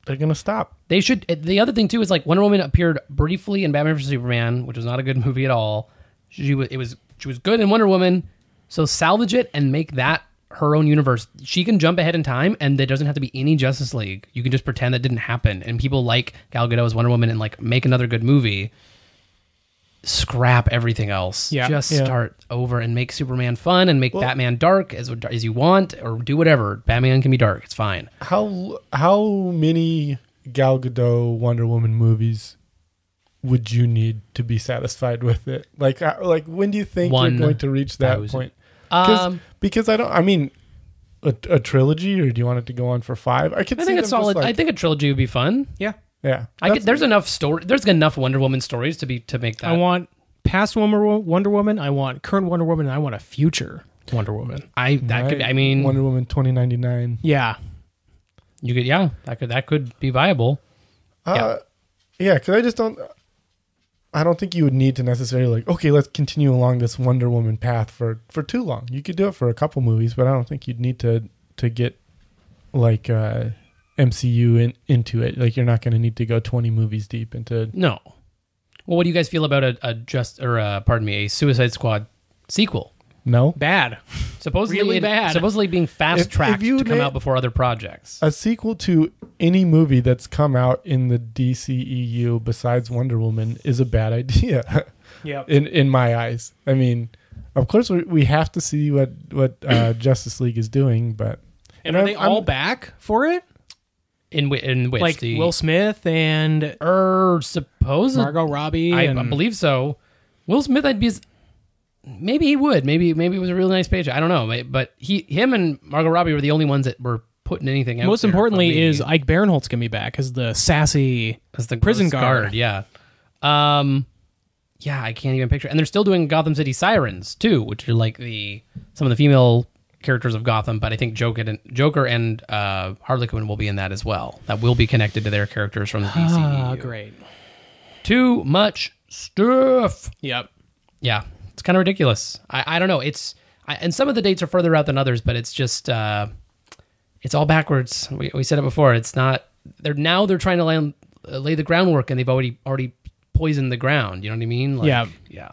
S2: they're gonna stop.
S3: They should. eh, The other thing too is like Wonder Woman appeared briefly in Batman vs Superman, which was not a good movie at all. She was. It was. She was good in Wonder Woman. So salvage it and make that her own universe. She can jump ahead in time, and there doesn't have to be any Justice League. You can just pretend that didn't happen, and people like Gal Gadot as Wonder Woman, and like make another good movie. Scrap everything else.
S1: Yeah,
S3: just
S2: yeah.
S3: start over and make Superman fun and make Batman dark as as you want, or do whatever. Batman can be dark. It's fine.
S2: How how many Gal Gadot Wonder Woman movies would you need to be satisfied with it? Like uh, like when do you think
S3: One
S2: you're going to reach that
S3: thousand.
S2: point? 'Cause-
S3: Um,
S2: because I don't. I mean, a, a trilogy, or do you want it to go on for five? I could.
S3: I
S2: see
S3: think
S2: them just
S3: it's solid.
S2: like-
S3: I think a trilogy would be fun.
S1: yeah.
S2: Yeah,
S3: I get, there's enough story. There's enough Wonder Woman stories to be to make that.
S1: I want past Wonder Wo- Wonder Woman, I want current Wonder Woman, and I want a future Wonder Woman.
S3: I that could. be- I mean,
S2: Wonder Woman twenty ninety nine.
S1: Yeah.
S3: you could. Yeah, that could. That could be viable.
S2: Uh, yeah, because I just don't. I don't think you would need to necessarily like okay, let's continue along this Wonder Woman path for for too long. You could do it for a couple movies, but I don't think you'd need to to get like uh MCU in, into it. Like you're not going to need to go twenty movies deep into.
S3: No. Well, what do you guys feel about a, a just or uh pardon me a Suicide Squad sequel?
S2: No,
S1: Bad.
S3: Supposedly
S1: Really
S3: it-
S1: bad.
S3: Supposedly being fast
S2: if
S3: tracked
S2: you
S3: to come
S2: na-
S3: out before other projects.
S2: a sequel to any movie that's come out in the DCEU besides Wonder Woman is a bad idea.
S1: Yeah.
S2: in in my eyes. I mean, of course we, we have to see what what uh, Justice League is doing, but
S1: And are they
S2: I'm-
S1: all
S2: I'm-
S1: back for it?
S3: in whi- in which
S1: Like
S3: the
S1: Will Smith and
S3: er supposedly
S1: Margot Robbie.
S3: I,
S1: and,
S3: I believe so. Will Smith, I'd be. s- Maybe he would. Maybe maybe it was a really nice page. I don't know. But- But he, him, and Margot Robbie were the only ones that were putting anything out.
S1: Most
S3: there for
S1: importantly,
S3: me
S1: is Ike Barinholtz gonna be back as the sassy
S3: as the
S1: prison
S3: ghost
S1: guard.
S3: Yeah. Um. Yeah, I can't even picture. And they're still doing Gotham City Sirens too, which are like the some of the female characters of Gotham. But I think Joker and Joker and uh, Harley Quinn will be in that as well. That will be connected to their characters from the DC.
S1: Ah, great.
S3: Too much stuff.
S1: Yep.
S3: Yeah, it's kind of ridiculous. I, I don't know. It's I, and some of the dates are further out than others, but it's just uh, it's all backwards. We, we said it before. It's not. They're now they're trying to land, uh, lay the groundwork, and they've already already poisoned the ground. You know what I mean? Like,
S1: Yeah.
S3: yeah,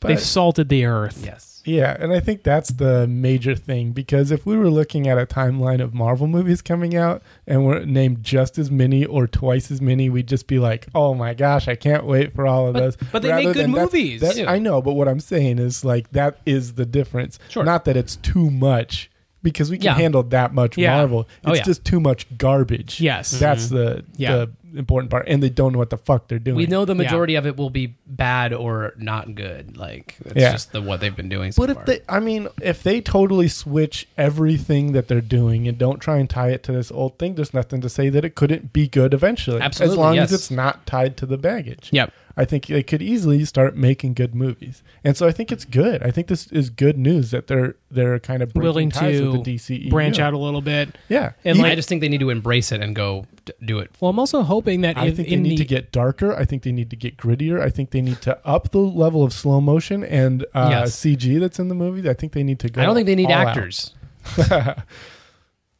S2: but
S1: They've salted the earth.
S3: yes.
S2: yeah, and I think that's the major thing because if we were looking at a timeline of Marvel movies coming out and we're named just as many or twice as many, we'd just be like, "Oh my gosh, I can't wait for all of
S1: But-
S2: those."
S1: but they make
S2: Rather
S1: good
S2: than that's-
S1: movies.
S2: that-
S3: Yeah.
S2: I know, but what I'm saying is like that is the difference.
S3: Sure.
S2: Not that it's too much. because we can
S3: Yeah.
S2: handle that much
S1: Yeah.
S2: Marvel. It's
S3: Oh, yeah.
S2: just too much garbage.
S1: Yes.
S2: That's the
S1: Mm-hmm. Yeah.
S2: the important part, and they don't know what the fuck they're doing.
S3: We know the
S1: Yeah.
S3: majority of it will be bad or not good. Like that's
S2: Yeah.
S3: just the what they've been doing. So
S2: But
S3: far.
S2: if they, I mean, if they totally switch everything that they're doing and don't try and tie it to this old thing, there's nothing to say that it couldn't be good eventually.
S3: Absolutely,
S2: as long
S3: yes.
S2: as it's not tied to the
S1: Mm-hmm.
S2: baggage.
S3: Yep.
S2: I think they could easily start making good movies, and so I think it's good. I think this is good news that they're they're kind of breaking
S1: willing
S2: ties
S1: to
S2: with the DCEU.
S1: branch out a little bit.
S2: Yeah,
S1: And,
S2: Even-
S1: like-
S3: I just think they need to embrace it and go d- do it.
S1: Well, I'm also hoping that
S2: I
S1: in,
S2: think they
S1: in
S2: need
S1: the
S2: to get darker. I think they need to get grittier. I think they need to up the level of slow motion and uh,
S3: Yes.
S2: CG that's in the movie. I think they need to go.
S3: I don't think they need
S2: all out.
S3: actors.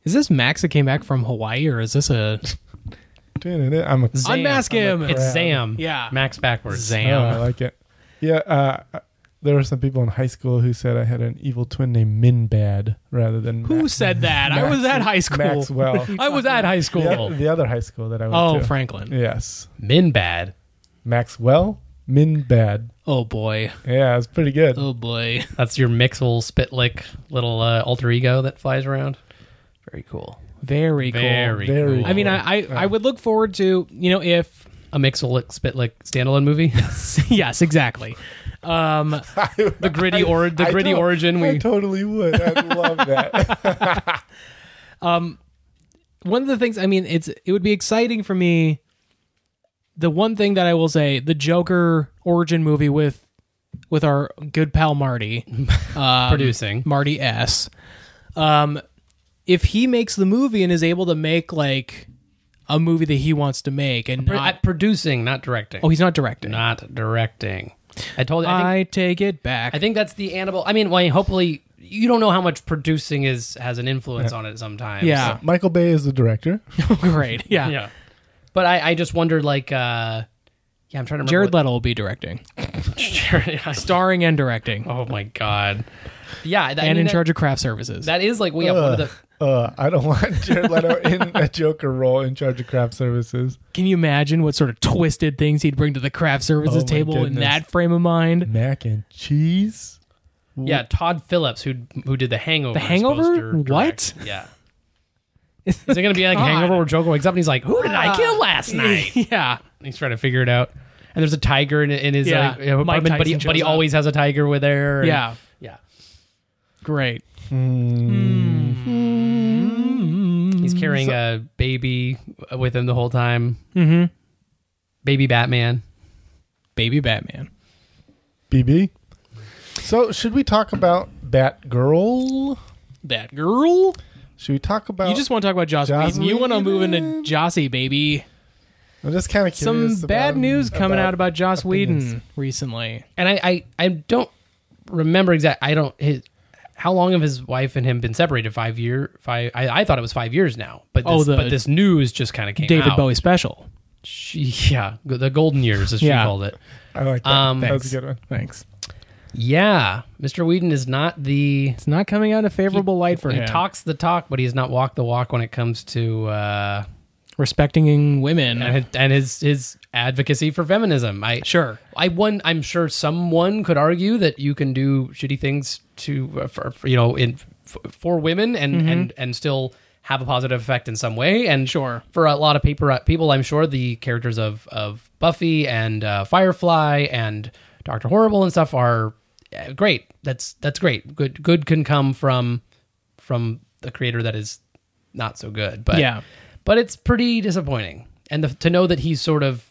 S1: is this Max that came back from Hawaii or is this a
S2: I'm a,
S3: Zam.
S1: Unmask him.
S3: It's Zam.
S1: Yeah.
S3: Max backwards.
S2: oh, I
S1: Zam?
S2: like it. Yeah, uh, there were some people in high school who said I had an evil twin named Minbad rather than
S1: Who
S2: Ma-
S1: said that? I
S2: Max-
S1: was at high school.
S2: Maxwell.
S3: I was at high school.
S2: the, the other high school that I went
S1: Oh,
S2: to.
S1: Franklin.
S2: Yes,
S3: Min bad.
S2: Maxwell Minbad.
S1: Oh boy.
S2: Yeah, it's pretty good.
S1: Oh boy.
S3: That's your Mixel Spitlick little uh, alter ego that flies around. Very cool.
S1: Very cool.
S3: Very,
S2: Very
S3: cool.
S2: cool.
S1: I mean, I, I I would look forward to you know if
S3: a Mixel Spitlick standalone movie.
S1: yes exactly. Um,
S3: the gritty or the
S2: I
S3: gritty
S2: don't-
S3: origin.
S2: I
S3: We
S2: totally would. I love that.
S1: one of the things I mean, it's it would be exciting for me. The one thing that I will say, the Joker origin movie with with our good pal Marty, um,
S3: producing.
S1: Marty S. Um, if he makes the movie and is able to make like a movie that he wants to make, and
S3: Pro-
S1: not,
S3: uh, producing, not directing.
S1: oh, he's not directing.
S3: not directing. I told you. I think,
S1: I take it back.
S3: I think that's the animal. I mean, well, hopefully you don't know how much producing is has an influence on it sometimes.
S1: Yeah.
S2: Michael Bay is the director.
S1: Great. Yeah.
S3: yeah. But I, I just wonder, like, uh, yeah, I'm trying to remember.
S1: Jared
S3: what-
S1: Leto will be directing,
S3: Jared- I-
S1: starring and directing,
S3: oh my god. Yeah, that, I
S1: and
S3: mean,
S1: in
S3: that-
S1: charge of craft services.
S3: That is like we have one of the.
S2: Uh, I don't want Jared Leto in a Joker role in charge of craft services.
S1: Can you imagine what sort of twisted things he'd bring to the craft services
S2: Oh my
S1: table in
S2: goodness.
S1: that frame of mind?
S2: Mac and cheese.
S3: Yeah, Todd Phillips, who who did The Hangover.
S1: The
S3: is
S1: Hangover?
S3: supposed to direct. Yeah. Is it going to be like
S1: God. Ah.
S3: Hangover where Joker wakes up and he's like, "Who did I kill last night?"
S1: yeah.
S3: And he's trying to figure it out. And there's a tiger in, in his
S1: Yeah.
S3: uh, apartment,
S1: Mike
S3: but he,
S1: Tyson
S3: but he
S1: shows up.
S3: always has a tiger with there. and-
S1: Yeah.
S3: yeah.
S1: Great.
S3: He's
S1: Mm-hmm.
S3: carrying a baby with him the whole time. Mm-hmm. Baby Batman.
S1: Baby Batman.
S2: BB. So, should we talk about Batgirl?
S1: That girl?
S2: Should we talk about?
S1: You just want to talk about Joss,
S2: Joss
S1: Whedon. You want to
S2: Whedon?
S1: move into Jossie, baby.
S2: I'm just kind of curious.
S1: Some bad
S2: about-
S1: news coming out about Joss
S2: opinions.
S1: Whedon recently.
S3: And I, I, I don't remember exactly. I don't. His, how long have his wife and him been separated? Five year. Five. I, I thought it was five years now. But this,
S1: Oh, the-
S3: but this news just kind of came
S1: David
S3: out.
S1: Bowie special.
S3: She, yeah, go- the golden years, as she
S1: Yeah.
S3: called it.
S2: I like that.
S3: Um,
S2: that
S3: Thanks.
S2: was a good one. Thanks.
S3: Yeah, Mr. Whedon is not the
S1: It's not coming out in a favorable light for
S3: he
S1: him.
S3: talks the talk, but he's not walk the walk when it comes to uh,
S1: Respecting women.
S3: and, and his his advocacy for feminism. I
S1: Sure.
S3: I one I'm sure someone could argue that you can do shitty things to uh, for, for, you know in f- for women and
S1: Mm-hmm.
S3: and and still have a positive effect in some way and
S1: Sure.
S3: for a lot of people uh, people I'm sure the characters of of Buffy and uh, Firefly and Doctor Horrible and stuff are uh, great that's that's great good good can come from from the creator that is not so good but
S1: Yeah.
S3: but it's pretty disappointing and the, to know that he's sort of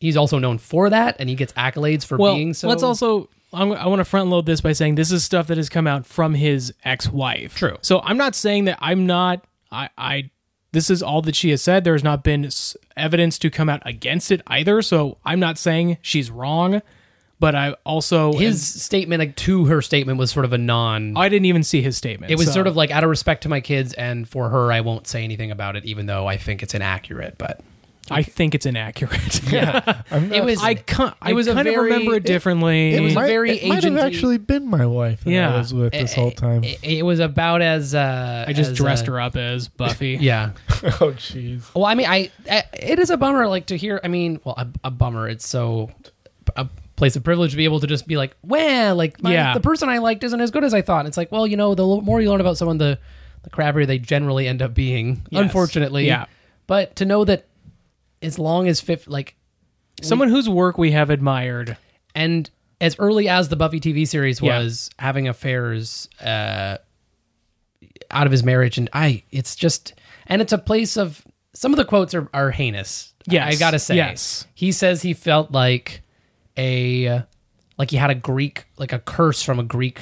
S3: he's also known for that and he gets accolades for
S1: well,
S3: being so
S1: let's also I'm, I want to front load this by saying this is stuff that has come out from his ex-wife.
S3: True.
S1: So I'm not saying that I'm not I I this is all that she has said. There has not been s- evidence to come out against it either. So I'm not saying she's wrong, but I also
S3: his statement like, to her statement was sort of a non
S1: I didn't even see his statement.
S3: it was
S1: so-
S3: sort of like out of respect to my kids and for her i won't say anything about it even though i think it's inaccurate but
S1: I think it's inaccurate.
S3: yeah
S2: I'm
S3: it
S2: not-
S3: was
S1: I can't. I
S3: It was a
S1: kind of
S3: very-
S1: remember it
S3: it-
S1: differently.
S3: it was a very
S2: it might have
S3: agent-y-
S2: actually been my wife that
S1: Yeah. Eh,
S2: I was with this whole time.
S3: it, it was about as uh
S1: I just
S3: as,
S1: dressed
S3: uh,
S1: her up as Buffy.
S3: yeah
S2: oh, jeez.
S3: Well, I mean, I, I it is a bummer, like to hear. I mean, well, a, a bummer. It's so a place of privilege to be able to just be like, well, like my,
S1: Yeah.
S3: the person I liked isn't as good as I thought. And it's like, well, you know, the more you learn about someone, the the crappier they generally end up being.
S1: Yes.
S3: Unfortunately,
S1: Yeah.
S3: But to know that as long as fif- like
S1: Someone whose work we have admired.
S3: and as early as the Buffy TV series
S1: Yeah.
S3: was having affairs uh, out of his marriage, and I, it's just, and it's a place of some of the quotes are are heinous.
S1: Yes.
S3: I gotta say,
S1: Yes.
S3: he says he felt like a like he had a Greek like a curse from a Greek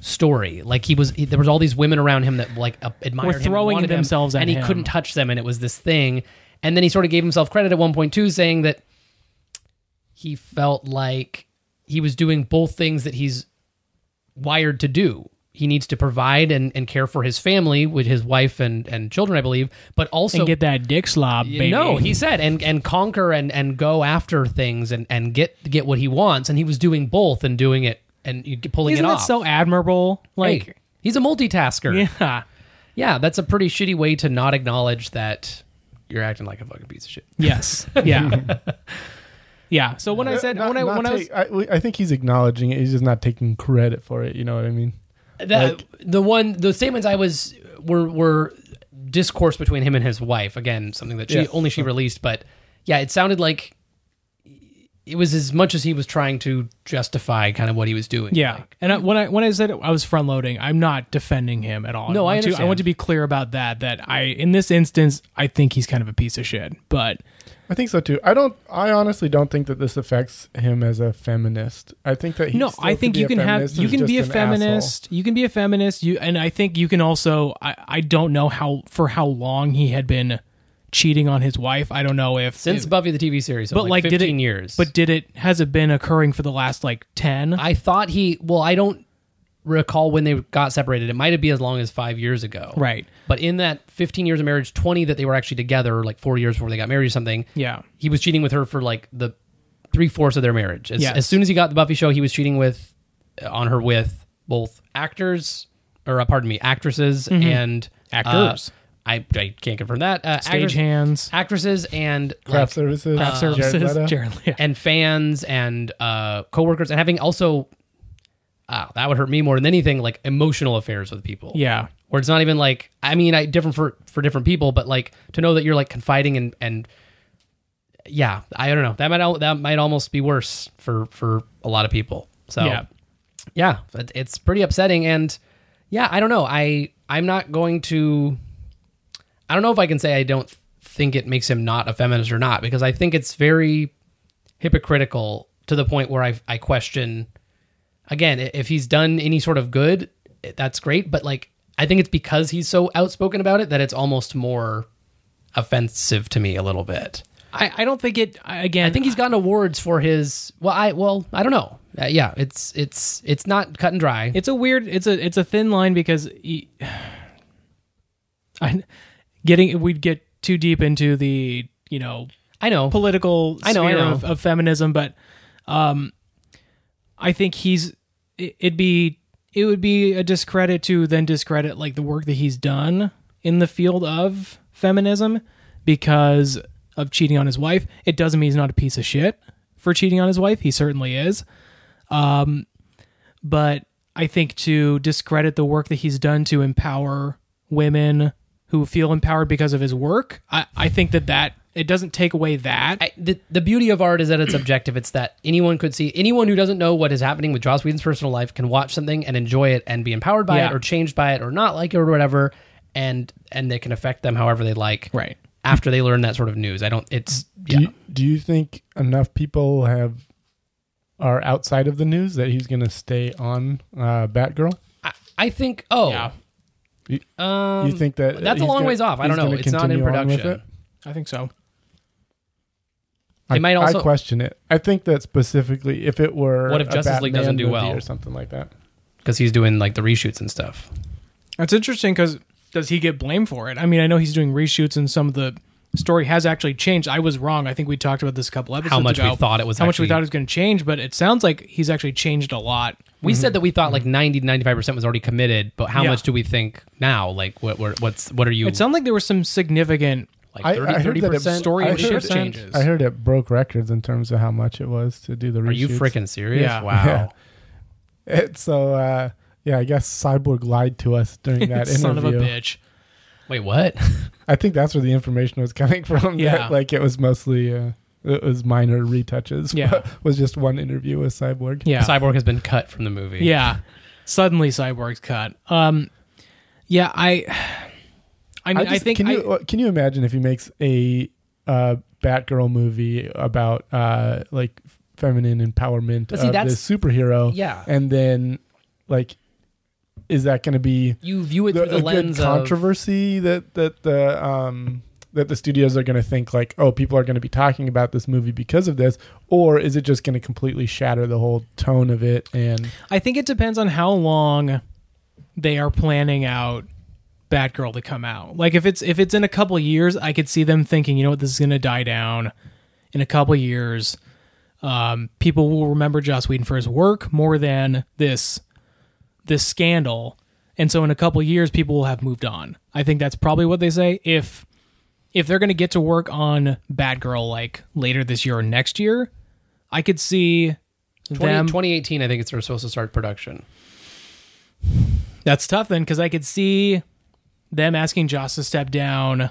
S3: story. Like he was, he, there was all these women around him that like uh, admired
S1: Were
S3: him,
S1: throwing
S3: wanted him,
S1: themselves at
S3: and he
S1: him.
S3: couldn't touch them, and it was this thing. And then he sort of gave himself credit at one point too, saying that he felt like he was doing both things that he's wired to do. He needs to provide and, and care for his family with his wife and, and children, I believe, but also
S1: and get that dick slob, baby.
S3: no, he said and and conquer and and go after things and and get get what he wants. And he was doing both and doing it and you- pulling
S1: isn't
S3: it
S1: that
S3: off.
S1: so admirable?
S3: Hey,
S1: Like,
S3: he's a multitasker.
S1: yeah,
S3: Yeah, that's a pretty shitty way to not acknowledge that you're acting like a fucking piece of shit.
S1: yes, yeah, yeah. So when I said
S2: Not-
S1: when I
S2: not
S1: when I was
S2: take- I, we- I think he's acknowledging it. He's just not taking credit for it. You know what I mean?
S3: that the one the statements I was were were discourse between him and his wife again something that she
S2: Yeah.
S3: only she released but yeah it sounded like it was as much as he was trying to justify kind of what he was doing
S1: Yeah,
S3: Like,
S1: and I, when I when I said I was front loading, I'm not defending him at all.
S3: No,
S1: want to,
S3: I
S1: I
S3: understand.
S1: want to be clear about that. That I in this instance, I think he's kind of a piece of shit. But
S2: I think so too. I don't. I honestly don't think that this affects him as a feminist. I think that he's
S1: no,
S2: still
S1: I
S2: to
S1: think
S2: be
S1: you
S2: a
S1: can have
S2: feminist
S1: you
S2: is
S1: can
S2: just
S1: be a
S2: an asshole.
S1: feminist. You can be a feminist. You and I think you can also. I I don't know how for how long he had been cheating on his wife. I don't know if
S3: since
S1: if-
S3: Buffy the TV series so
S1: but like,
S3: like 15
S1: did it
S3: years
S1: But did it has it been occurring for the last like ten?
S3: I thought he well I don't recall when they got separated it might have been as long as 5 years ago
S1: right.
S3: but in that 15 years of marriage 20 that they were actually together like 4 years before they got married or something
S1: Yeah.
S3: he was cheating with her for like the three fourths of their marriage. As,
S1: Yes.
S3: as soon as he got the Buffy show, he was cheating with uh, on her with both actors or uh, pardon me, actresses and uh,
S1: Mm-hmm. Actors.
S3: I, I can't confirm that uh, actress-
S1: Stagehands,
S3: actresses and
S2: Craft
S3: like,
S2: services.
S1: craft
S2: Jared
S1: services,
S2: Leto.
S1: Jared Leto.
S3: and fans and uh, coworkers and having also. ah, that would hurt me more than anything. Like emotional affairs with people
S1: Yeah.
S3: where it's not even like I mean, I different for for different people, but like to know that you're like confiding and and yeah, I don't know. That might al- that might almost be worse for for a lot of people. So
S1: Yeah.
S3: yeah, it- it's pretty upsetting. And yeah, I don't know. I I'm not going to. I don't know if I can say I don't think it makes him not a feminist or not because I think it's very hypocritical to the point where I I question again i- if he's done any sort of good i- that's great but like I think it's because he's so outspoken about it that it's almost more offensive to me a little bit.
S1: I, I don't think it I- again.
S3: I think he's gotten awards for his well I well I don't know. Uh, yeah, it's it's it's not cut and dry.
S1: it's a weird it's a it's a thin line because he, I, getting we'd get too deep into the you know
S3: I know.
S1: political
S3: I know, I
S1: sphere
S3: know.
S1: Of, of feminism but um i think he's it, it'd be it would be a discredit to then discredit like the work that he's done in the field of feminism because of cheating on his wife it doesn't mean he's not a piece of shit for cheating on his wife he certainly is Um, but I think to discredit the work that he's done to empower women who feel empowered because of his work, I, I think that that it doesn't take away that.
S3: I, the, the beauty of art is that it's objective. It's that anyone could see anyone who doesn't know what is happening with Joss Whedon's personal life can watch something and enjoy it and be empowered by
S1: Yeah.
S3: it or changed by it or not like it or whatever, and and they can affect them however they like.
S1: right.
S3: After they learn that sort of news, I don't. It's yeah.
S2: Do you, do you think enough people have are outside of the news that he's going to stay on uh, Batgirl?
S3: I, I think. Oh,
S1: Yeah.
S2: You-
S3: um,
S2: you think that
S3: that's a
S2: he's
S3: long
S2: gonna-
S3: ways off. I
S2: he's
S3: don't know.
S2: gonna
S3: It's not in
S2: continue on with
S3: production.
S2: it?
S1: I think so.
S3: They
S2: I,
S3: might also-
S2: I question it. I think that specifically, if it were
S3: What if
S2: a
S3: Justice League
S2: Batman
S3: doesn't do
S2: movie
S3: well?
S2: or something like that?
S3: because he's doing like the reshoots and stuff.
S1: That's interesting because does he get blamed for it? I mean, I know he's doing reshoots and some of the story has actually changed. I was wrong. I think we talked about this a couple episodes ago.
S3: much we thought it was
S1: How much we
S3: actually-
S1: thought it was going to change, but it sounds like he's actually changed a lot.
S3: We said that we thought like 90 to 95 percent was already committed, but how
S1: Yeah.
S3: much do we think now? Like what what- what's what are you
S1: It sounded like there was some significant
S3: like
S2: I- I
S3: 30
S2: heard that it-
S3: 30 percent
S1: story
S2: I
S1: and
S2: heard
S1: shift
S2: that-
S1: changes.
S2: I heard it broke records in terms of how much it was to do the reshoots.
S3: Are you freaking serious?
S1: Yeah.
S3: Wow.
S2: It, so uh, Yeah, I guess Cyborg lied to us during that
S1: Son
S2: interview.
S1: of a bitch.
S3: Wait, what?
S2: I think that's where the information was coming from.
S1: Yeah.
S2: that, like it was mostly uh, it was minor retouches.
S1: Yeah.
S2: but was just one interview with Cyborg.
S1: Yeah.
S3: Cyborg has been cut from the movie.
S1: yeah. Suddenly Cyborg's cut. Um yeah, I I mean I,
S2: just-
S1: think
S2: can
S1: I-
S2: you uh, can you imagine if he makes a uh, Batgirl movie about uh, like feminine empowerment
S3: But see,
S2: of
S3: that's-
S2: this superhero?
S3: Yeah.
S2: and then like, is that going to be
S3: You view it
S2: the,
S3: through the
S2: a
S3: lens
S2: good
S3: of
S2: controversy that that the um that the studios are going to think like, oh, people are going to be talking about this movie because of this, or is it just going to completely shatter the whole tone of it? And
S1: I think it depends on how long they are planning out Batgirl to come out. Like if it's if it's in a couple years, I could see them thinking, you know what, this is going to die down in a couple years. Um, people will remember Joss Whedon for his work more than this this scandal, and so in a couple years, people will have moved on. I think that's probably what they say. If if they're going to get to work on Batgirl like later this year or next year, I could see
S3: 20,
S1: them
S3: 2018. I think it's they're supposed to start production.
S1: That's tough then, because I could see them asking Joss to step down,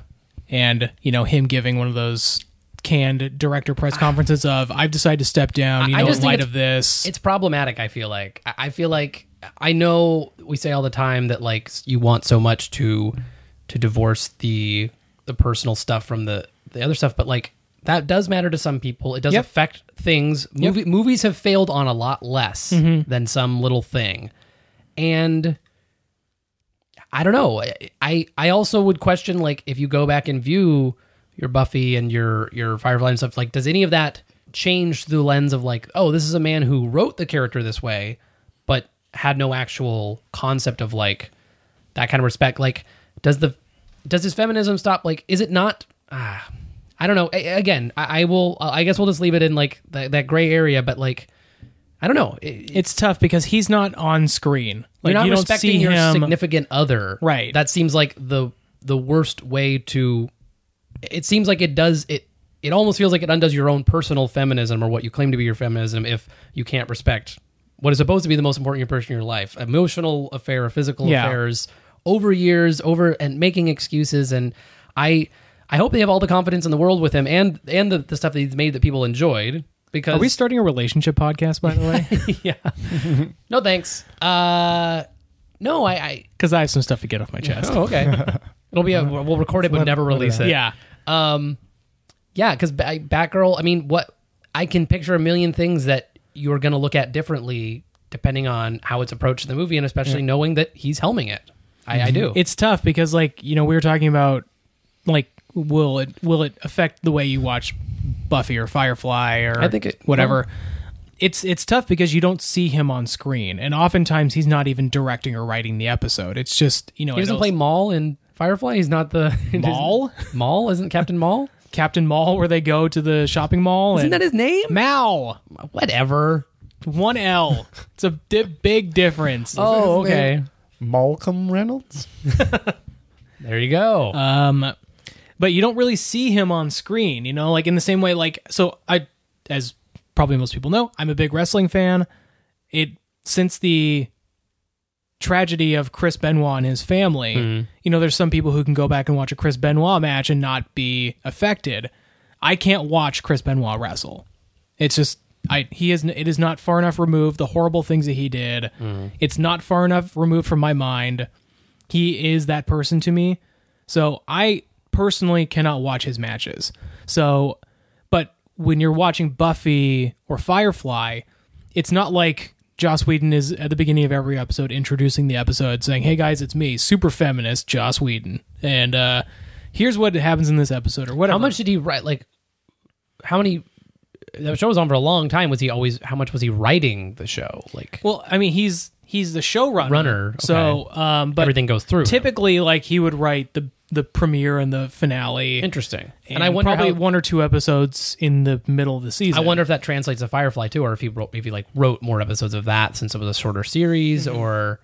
S1: and you know him giving one of those canned director press conferences of "I've decided to step down," you
S3: Ah. I- I
S1: know,
S3: just
S1: in
S3: think
S1: light
S3: it's-
S1: of this.
S3: It's problematic. I feel like I- I feel like I know we say all the time that like you want so much to to divorce the the personal stuff from the the other stuff, but like that does matter to some people. It does
S1: Yep.
S3: affect things. Movie, Movies have failed on a lot less than some little thing, and. I don't know. I I also would question like if you go back and view your Buffy and your your Firefly and stuff like does any of that change the lens of like oh this is a man who wrote the character this way but had no actual concept of like that kind of respect like does the does his feminism stop like is it not ah, I don't know A- again I, I will I guess we'll just leave it in like that, that gray area but like I don't know It-
S1: it's tough because he's not on screen. Like
S3: you're not
S1: you don't
S3: respecting
S1: see
S3: your
S1: him.
S3: significant other.
S1: Right.
S3: That seems like the the worst way to. It seems like it does it. It almost feels like it undoes your own personal feminism or what you claim to be your feminism if you can't respect what is supposed to be the most important person in your life, emotional affair, physical
S1: Yeah.
S3: affairs, over years, over and making excuses. And I, I hope they have all the confidence in the world with him and and the, the stuff that he's made that people enjoyed. Because
S1: Are we starting a relationship podcast, by the way?
S3: yeah, no thanks. Uh, no, I, I
S1: Because I have some stuff to get off my chest.
S3: Oh, okay. It'll be a we'll record it but never release it.
S1: Yeah,
S3: Um, yeah, because Batgirl. I mean, what I can picture a million things that you're going to look at differently depending on how it's approached in the movie, and especially knowing that he's helming it. I, I do.
S1: it's tough because like you know we were talking about like will it will it affect the way you watch Buffy or Firefly or
S3: I think it-
S1: whatever. It's it's tough because you don't see him on screen, and oftentimes he's not even directing or writing the episode. It's just you know
S3: he
S1: it
S3: doesn't
S1: also-
S3: play Maul in Firefly. He's not the
S1: Maul?
S3: Maul isn't Captain Maul.
S1: Captain Mall where they go to the shopping mall.
S3: Isn't
S1: and
S3: that his name?
S1: Mal?
S3: Whatever.
S1: One L. It's a di- big difference.
S3: Oh,
S2: his
S3: okay.
S2: Malcolm Reynolds,
S3: There you go.
S1: Um, but you don't really see him on screen, you know, like in the same way, like, so I, as probably most people know, I'm a big wrestling fan. It, since the tragedy of Chris Benoit and his family, you know, there's some people who can go back and watch a Chris Benoit match and not be affected. I can't watch Chris Benoit wrestle. It's just, I, he is, it is not far enough removed. The horrible things that he did, it's not far enough removed from my mind he is that person to me. So I personally cannot watch his matches. So, but when you're watching Buffy or Firefly, it's not like Joss Whedon is at the beginning of every episode introducing the episode saying, Hey guys, it's me, super feminist Joss Whedon. And uh, here's what happens in this episode or whatever.
S3: How much did he write? Like, how many? The show was on for a long time. Was he always? How much was he writing the show? Like
S1: Well, I mean, he's he's the showrunner.
S3: Runner, okay.
S1: So, um, but
S3: everything goes through. him.
S1: typically, like he would write the the premiere and the finale.
S3: Interesting. And,
S1: and,
S3: I wonder.
S1: probably
S3: How,
S1: one or two episodes in the middle of the season.
S3: I wonder if that translates to Firefly too, or if he wrote, if he like wrote more episodes of that since it was a shorter series, or,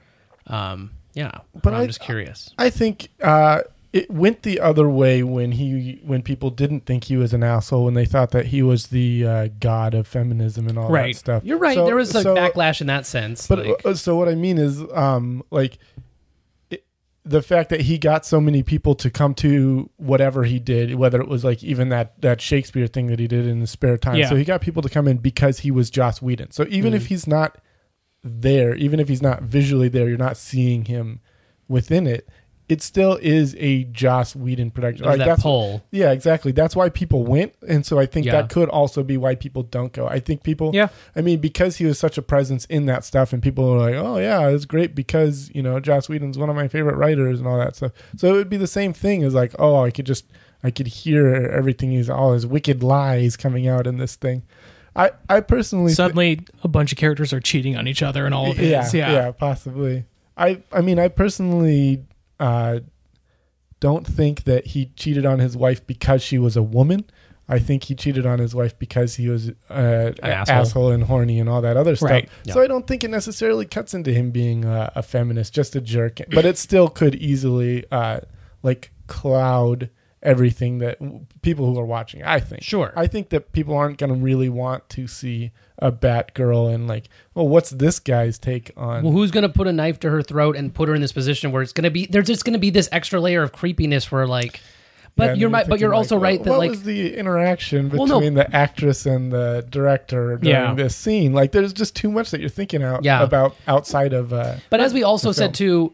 S3: um, yeah. Mm-hmm. But I'm
S2: I-
S3: just curious.
S2: I think uh, it went the other way when he when people didn't think he was an asshole when they thought that he was the uh, god of feminism and all
S1: Right.
S2: that stuff.
S3: You're right.
S2: So-
S3: there was a
S2: so-
S3: backlash in that sense.
S2: But
S3: like-
S2: uh, so what I mean is, um, like it, the fact that he got so many people to come to whatever he did, whether it was like even that that Shakespeare thing that he did in his spare time.
S1: Yeah.
S2: So he got people to come in because he was Joss Whedon. So even
S3: Mm-hmm.
S2: if he's not there, even if he's not visually there, you're not seeing him within it. It still is a Joss Whedon production.
S3: There's that
S2: that's-
S3: pull.
S2: Yeah, exactly. That's why people went, and so I think
S3: Yeah.
S2: that could also be why people don't go. I think people.
S1: Yeah.
S2: I mean, because he was such a presence in that stuff, and people were like, "Oh yeah, it's great," because you know Joss Whedon's one of my favorite writers and all that stuff. So it would be the same thing as like, "Oh, I could just, I could hear everything he's all his wicked lies coming out in this thing." I, I personally thi-
S1: Suddenly, a bunch of characters are cheating on each other and all of his.
S2: yeah,
S1: Yeah,
S2: yeah, possibly. I, I mean, I personally uh, don't think that he cheated on his wife because she was a woman. I think he cheated on his wife because he was uh, an
S3: asshole.
S2: asshole. and horny and all that other stuff.
S1: Right.
S3: Yeah.
S2: So I don't think it necessarily cuts into him being uh, a feminist, just a jerk. But it still could easily uh, like cloud everything that w- people who are watching. I think.
S3: Sure.
S2: I think that people aren't going to really want to see a Batgirl and like, well, what's this guy's take on?
S3: Well, who's gonna put a knife to her throat and put her in this position where it's gonna be? There's just gonna be this extra layer of creepiness where like,
S2: Yeah,
S3: but
S2: and
S3: you're
S2: then
S3: right. But
S2: thinking,
S3: you're
S2: like,
S3: also right
S2: what-
S3: that
S2: what
S3: like
S2: was the interaction
S3: Well,
S2: between
S3: no.
S2: the actress and the director during
S1: Yeah.
S2: this scene? Like, there's just too much that you're thinking out
S3: Yeah.
S2: about outside of. Uh,
S3: But as we also
S2: the
S3: said too,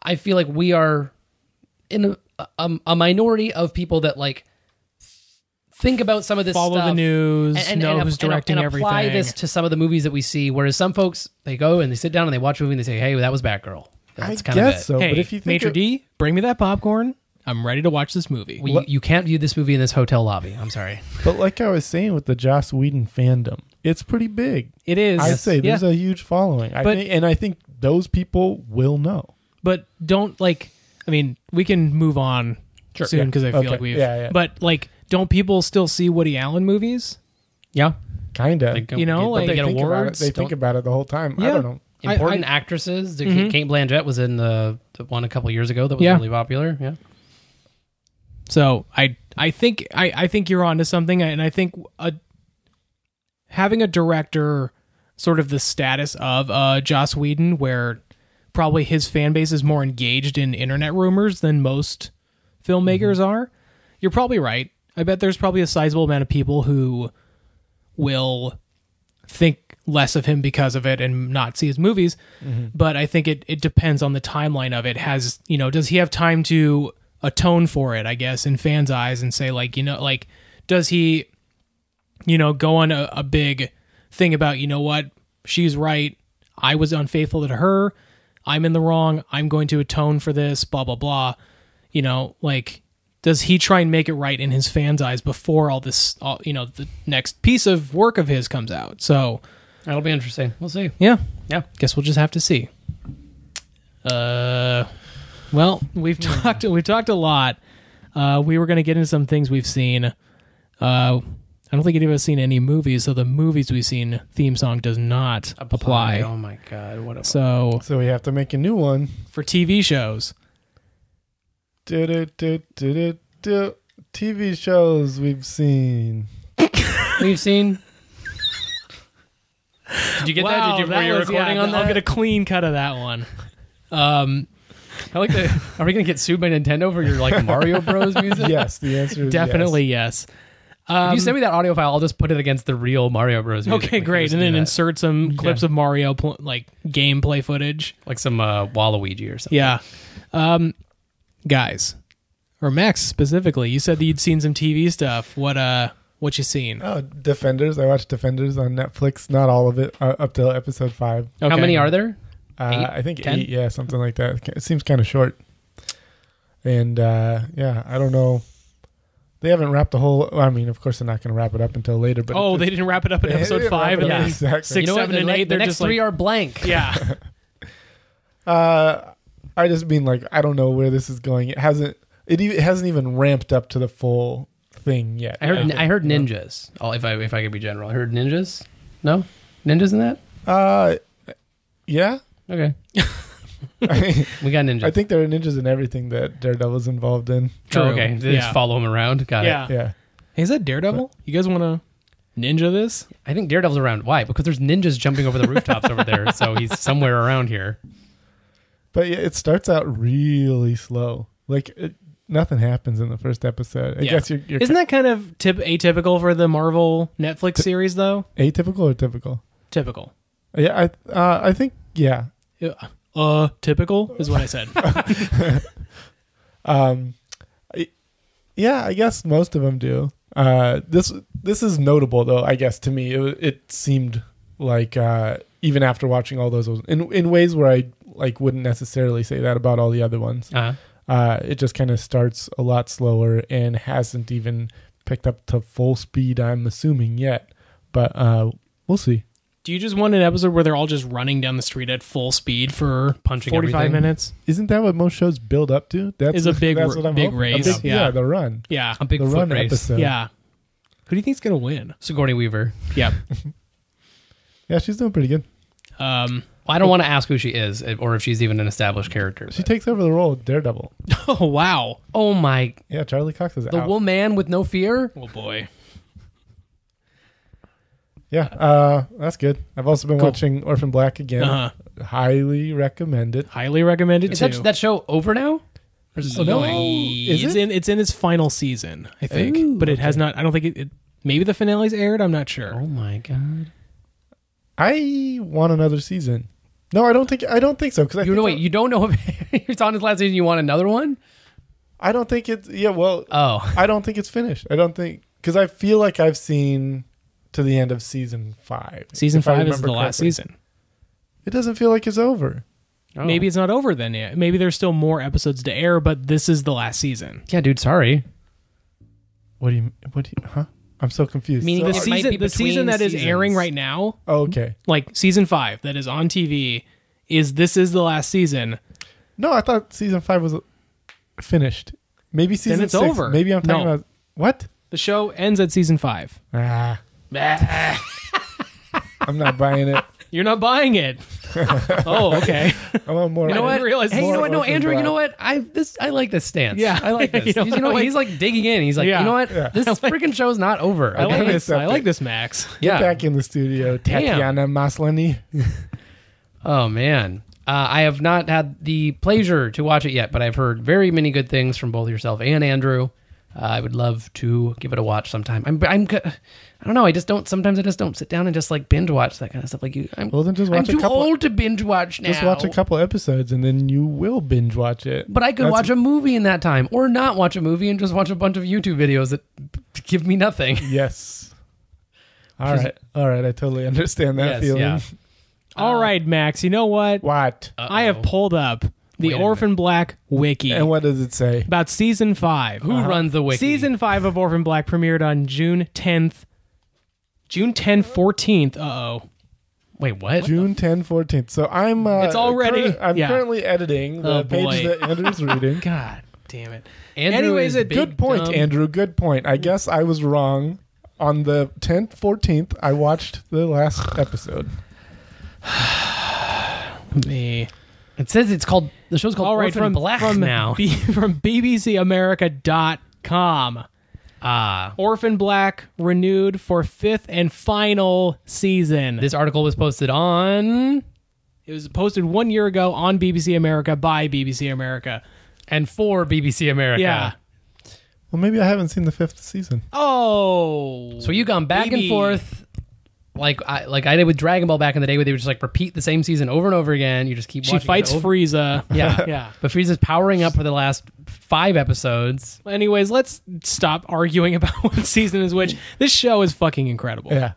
S3: I feel like we are in a, a, a minority of people that like think about some of this
S1: Follow
S3: stuff
S1: the news, know
S3: ap-
S1: who's directing
S3: and apply
S1: everything.
S3: this to some of the movies that we see. Whereas some folks they go and they sit down and they watch a movie and they say, "Hey, that was Batgirl."
S2: I
S3: That's kind
S2: guess
S3: of
S2: so,
S3: it.
S1: hey,
S2: but if you think
S1: Maitre
S2: of-
S1: D, bring me that popcorn. I'm ready to watch this movie.
S3: We, you can't view this movie in this hotel lobby. I'm sorry.
S2: but like I was saying with the Joss Whedon fandom, it's pretty big.
S1: it is.
S2: I say there's
S1: yeah.
S2: a huge following, I
S1: But-
S2: think, and I think those people will know.
S1: but don't like. I mean, we can move on
S2: Sure,
S1: soon
S2: yeah.
S1: because I feel
S2: Okay,
S1: like we've.
S2: yeah, yeah.
S1: But like, don't people still see Woody Allen movies?
S3: Yeah,
S2: Kind of,
S3: Like,
S1: You know,
S3: but
S1: like
S3: they get
S2: think about it.
S3: awards.
S2: They
S3: don't-
S2: think about it the whole time.
S1: Yeah.
S2: I don't know.
S1: I-
S3: important
S1: I-
S3: actresses. Kate Blanchett was in the, the one a couple years ago that was
S1: Yeah.
S3: really popular. Yeah,
S1: So I I think I, I think you're onto something, and I think a, having a director sort of the status of uh, Joss Whedon, where probably his fan base is more engaged in internet rumors than most filmmakers are. You're probably right. I bet there's probably a sizable amount of people who will think less of him because of it and not see his movies. But I think it, it depends on the timeline of it. Has, you know, does he have time to atone for it, I guess, in fans' eyes and say, like, you know, like, does he, you know, go on a, a big thing about, you know what, she's right. I was unfaithful to her. I'm in the wrong. I'm going to atone for this, blah, blah, blah. You know, like, does he try and make it right in his fans' eyes before all this, all, you know, the next piece of work of his comes out? So,
S3: that'll be interesting. We'll see.
S1: yeah,
S3: Yeah.
S1: guess we'll just have to see. Uh, well, we've talked we've talked a lot. Uh, we were going to get into some things we've seen. Uh, I don't think any of us seen any movies, so the movies we've seen theme song does not apply.
S3: Oh my god, what a
S1: So
S2: So we have to make a new one.
S1: for TV shows,
S2: Do, do, do, do, do, do. TV shows we've seen.
S3: we've seen. Did you get that?
S1: Wow,
S3: Did you,
S1: that
S3: were you
S1: was-
S3: recording
S1: yeah,
S3: on that?
S1: I'll get a clean cut of that one. Um,
S3: I like the. Are we gonna get sued by Nintendo for your like Mario Bros music?
S2: Yes, the answer is
S1: definitely yes.
S3: If
S1: Um,
S3: you send me that audio file, I'll just put it against the real Mario Bros. music. We
S1: okay,
S3: can
S1: great,
S3: just
S1: and
S3: do
S1: then
S3: that.
S1: insert some clips of Mario pl- like gameplay footage.
S3: like some uh, Waluigi or something.
S1: Yeah. Um guys. Or Max specifically, you said that you'd seen some TV stuff. What uh what you seen?
S2: Oh, Defenders. I watched Defenders on Netflix. Not all of it, uh, up till episode five.
S1: Okay.
S3: How many are there?
S2: Uh,
S3: Eight?
S2: I think
S3: Ten?
S2: eight, yeah, something like that. It seems kind of short. And uh, yeah, I don't know. They haven't wrapped the whole. I mean, of course, they're not going to wrap it up until later. But
S1: Oh,
S2: it
S1: they
S2: just-
S1: didn't wrap it up in
S2: They
S1: episode
S2: didn't wrap
S1: five
S2: it
S1: and
S3: up,
S1: then
S2: exactly.
S1: six,
S3: You know what?
S1: seven,
S3: The
S1: and
S3: ne-
S1: eight.
S3: The
S1: They're
S3: next
S1: just
S3: three
S1: like,
S3: are blank.
S1: Yeah.
S2: Uh, I just mean like I don't know where this is going. It hasn't. It, e- it hasn't even ramped up to the full thing yet.
S3: I heard.
S2: think,
S3: I heard
S2: you know?
S3: ninjas. Oh, if I if I could be general, I heard ninjas. No, ninjas in that.
S2: Uh, yeah.
S3: Okay. We got ninja.
S2: I think there are ninjas in everything that Daredevil's involved in.
S3: Oh, okay. They
S1: Yeah.
S3: Just follow him around. Got it.
S1: yeah.
S2: Yeah.
S1: Hey, is that Daredevil? You guys want to ninja this?
S3: I think Daredevil's around. Why? Because there's ninjas jumping over the rooftops over there, so he's somewhere around here.
S2: But yeah, it starts out really slow. Like it, nothing happens in the first episode. I
S1: Yeah.
S2: guess you're, you're
S1: Isn't that kind of tip- atypical for the Marvel Netflix series, though?
S2: atypical or typical?
S1: Typical.
S2: Yeah, I uh, I think yeah.
S1: Uh, Uh, typical is what I said.
S2: Um, I- yeah, I guess most of them do. Uh, this this is notable though. I guess to me, it, wa- it seemed like uh, even after watching all those, in in ways where I like wouldn't necessarily say that about all the other ones.
S3: Uh,
S2: Uh, it just kind of starts a lot slower and hasn't even picked up to full speed. I'm assuming yet, but uh, we'll see.
S1: Do you just want an episode where they're all just running down the street at full speed for
S3: Punching
S1: 45
S3: everything.
S1: minutes?
S2: Isn't that what most shows build up to? That's
S1: Is a big
S2: that's
S1: r-
S2: what I'm
S1: big
S2: hoping. A
S1: race, yeah.
S2: the run,
S1: Yeah.
S3: a big
S2: the
S3: foot
S2: run
S3: race.
S2: episode.
S1: Yeah. Who do you think's going to win?
S3: Sigourney Weaver.
S1: Yeah.
S2: yeah, she's doing pretty good.
S1: Um,
S3: Well, I don't want to ask who she is eh, or if she's even an established character.
S2: She
S3: but-
S2: takes over the role of Daredevil.
S1: oh, wow.
S3: oh my!
S2: Yeah, Charlie Cox is
S3: The
S2: out.
S3: woman with no fear.
S1: Oh, boy.
S2: yeah, uh, that's good. I've also been
S1: Cool.
S2: watching Orphan Black again.
S1: Uh-huh.
S2: Highly recommend it.
S1: Highly recommended,
S3: Is
S1: too. Oh,
S3: that, that show over now? Or is it still
S1: No.
S3: going?
S2: Oh, Is
S1: it's
S2: it?
S1: in it's in its final season, I think,
S2: Ooh,
S1: but it has not. I don't think it, it. Maybe the finale's aired. I'm not sure.
S3: Oh my god!
S2: I want another season. No, I don't think I don't think so because I
S3: You
S2: think
S3: know, wait. You don't know if it's on his last season. You want another one?
S2: I don't think it's yeah. Well,
S3: Oh,
S2: I don't think it's finished. I don't think because I feel like I've seen to the end of season five.
S1: Season
S2: if I
S1: five is the
S2: remember
S1: last
S2: correctly.
S1: season.
S2: It doesn't feel like it's over.
S1: Maybe it's not over then yet. Maybe there's still more episodes to air, but this is the last season.
S3: Yeah, dude. Sorry.
S2: What do you? What do you? Huh? I'm so confused.
S3: Meaning
S2: So-
S1: The
S3: It might be
S1: season, the
S3: between
S1: season that is airing
S3: seasons.
S1: right now,
S2: oh, okay.
S1: like season five that is on TV, is this is the last season.
S2: No, I thought season five was finished. Maybe season
S1: it's
S2: six.
S1: over.
S2: Maybe I'm talking
S1: No.
S2: about what?
S1: The show ends at season five.
S2: Ah, I'm not buying it.
S1: You're not buying it. oh, okay.
S2: I want more.
S1: You know
S3: You know
S1: I
S3: what?
S1: didn't realize
S3: hey, you know
S1: more
S3: what? No,
S2: Orphan
S3: Andrew. You
S2: Black.
S3: know what? I this I like this stance.
S1: Yeah.
S3: I like
S1: You
S3: this.
S1: know
S3: He's- you know
S1: what?
S3: what? He's like digging in. He's like,
S1: Yeah.
S3: you know what?
S2: Yeah.
S3: This freaking show's not over.
S1: I
S3: okay?
S1: like this.
S2: accept
S1: I like
S2: it.
S1: this, Max.
S3: yeah.
S2: Get back in the studio,
S3: Damn.
S2: Tatiana Maslany.
S3: Oh man. Uh, I have not had the pleasure to watch it yet, but I've heard very many good things from both yourself and Andrew. Uh, I would love to give it a watch sometime. I'm, I'm, g- I don't know. I just don't. Sometimes I just don't sit down and just like binge watch that kind of stuff. Like you, I'm,
S2: Well, then just
S3: I'm
S2: watch a
S3: too
S2: couple-
S3: old to binge watch now.
S2: Just watch a couple episodes and then you will binge watch it.
S3: But I could
S2: That's-
S3: watch a movie in that time, or not watch a movie and just watch a bunch of YouTube videos that p- give me nothing.
S2: Yes. All right. All right. I totally understand that
S3: Yes,
S2: feeling.
S3: yeah. Uh,
S1: All right, Max. You know what?
S2: What?
S1: I have pulled up the
S3: Wait a
S1: Orphan Black wiki
S2: And what does it say?
S1: about season five. Uh-huh.
S3: Who runs the wiki?
S1: Season five of Orphan Black premiered on June 10th. June 10th, 14th. Uh oh.
S3: Wait, what?
S2: June 10, 14th. So I'm. Uh,
S1: It's already-
S2: curr- I'm
S1: yeah.
S2: currently editing the
S1: Oh,
S2: page
S1: boy.
S2: that Andrew's reading.
S1: God damn it.
S3: Andrew
S1: Anyways,
S3: is
S1: a
S3: big
S2: good point,
S3: dumb-
S2: Andrew. Good point. I guess I was wrong. On the 10th, 14th, I watched the last episode.
S1: Me.
S3: It says it's called the show's called
S1: All right,
S3: Orphan
S1: from,
S3: Black
S1: from,
S3: now.
S1: B, from bbcamerica.com.
S3: Ah,
S1: Orphan Black renewed for fifth and final season.
S3: this article was posted on
S1: it was posted one year ago on BBC America by BBC America.
S3: and for BBC America.
S1: Yeah.
S2: Well, maybe I haven't seen the fifth season.
S1: Oh.
S3: So you gone back
S1: Baby.
S3: and forth, like I like I did with Dragon Ball back in the day, where they would just like repeat the same season over and over again. You just keep.
S1: she
S3: watching it
S1: fights
S3: over-
S1: Frieza.
S3: Yeah,
S1: yeah.
S3: But Frieza's powering up for the last five episodes.
S1: Anyways, let's stop arguing about what season is which. This show is fucking incredible.
S2: Yeah.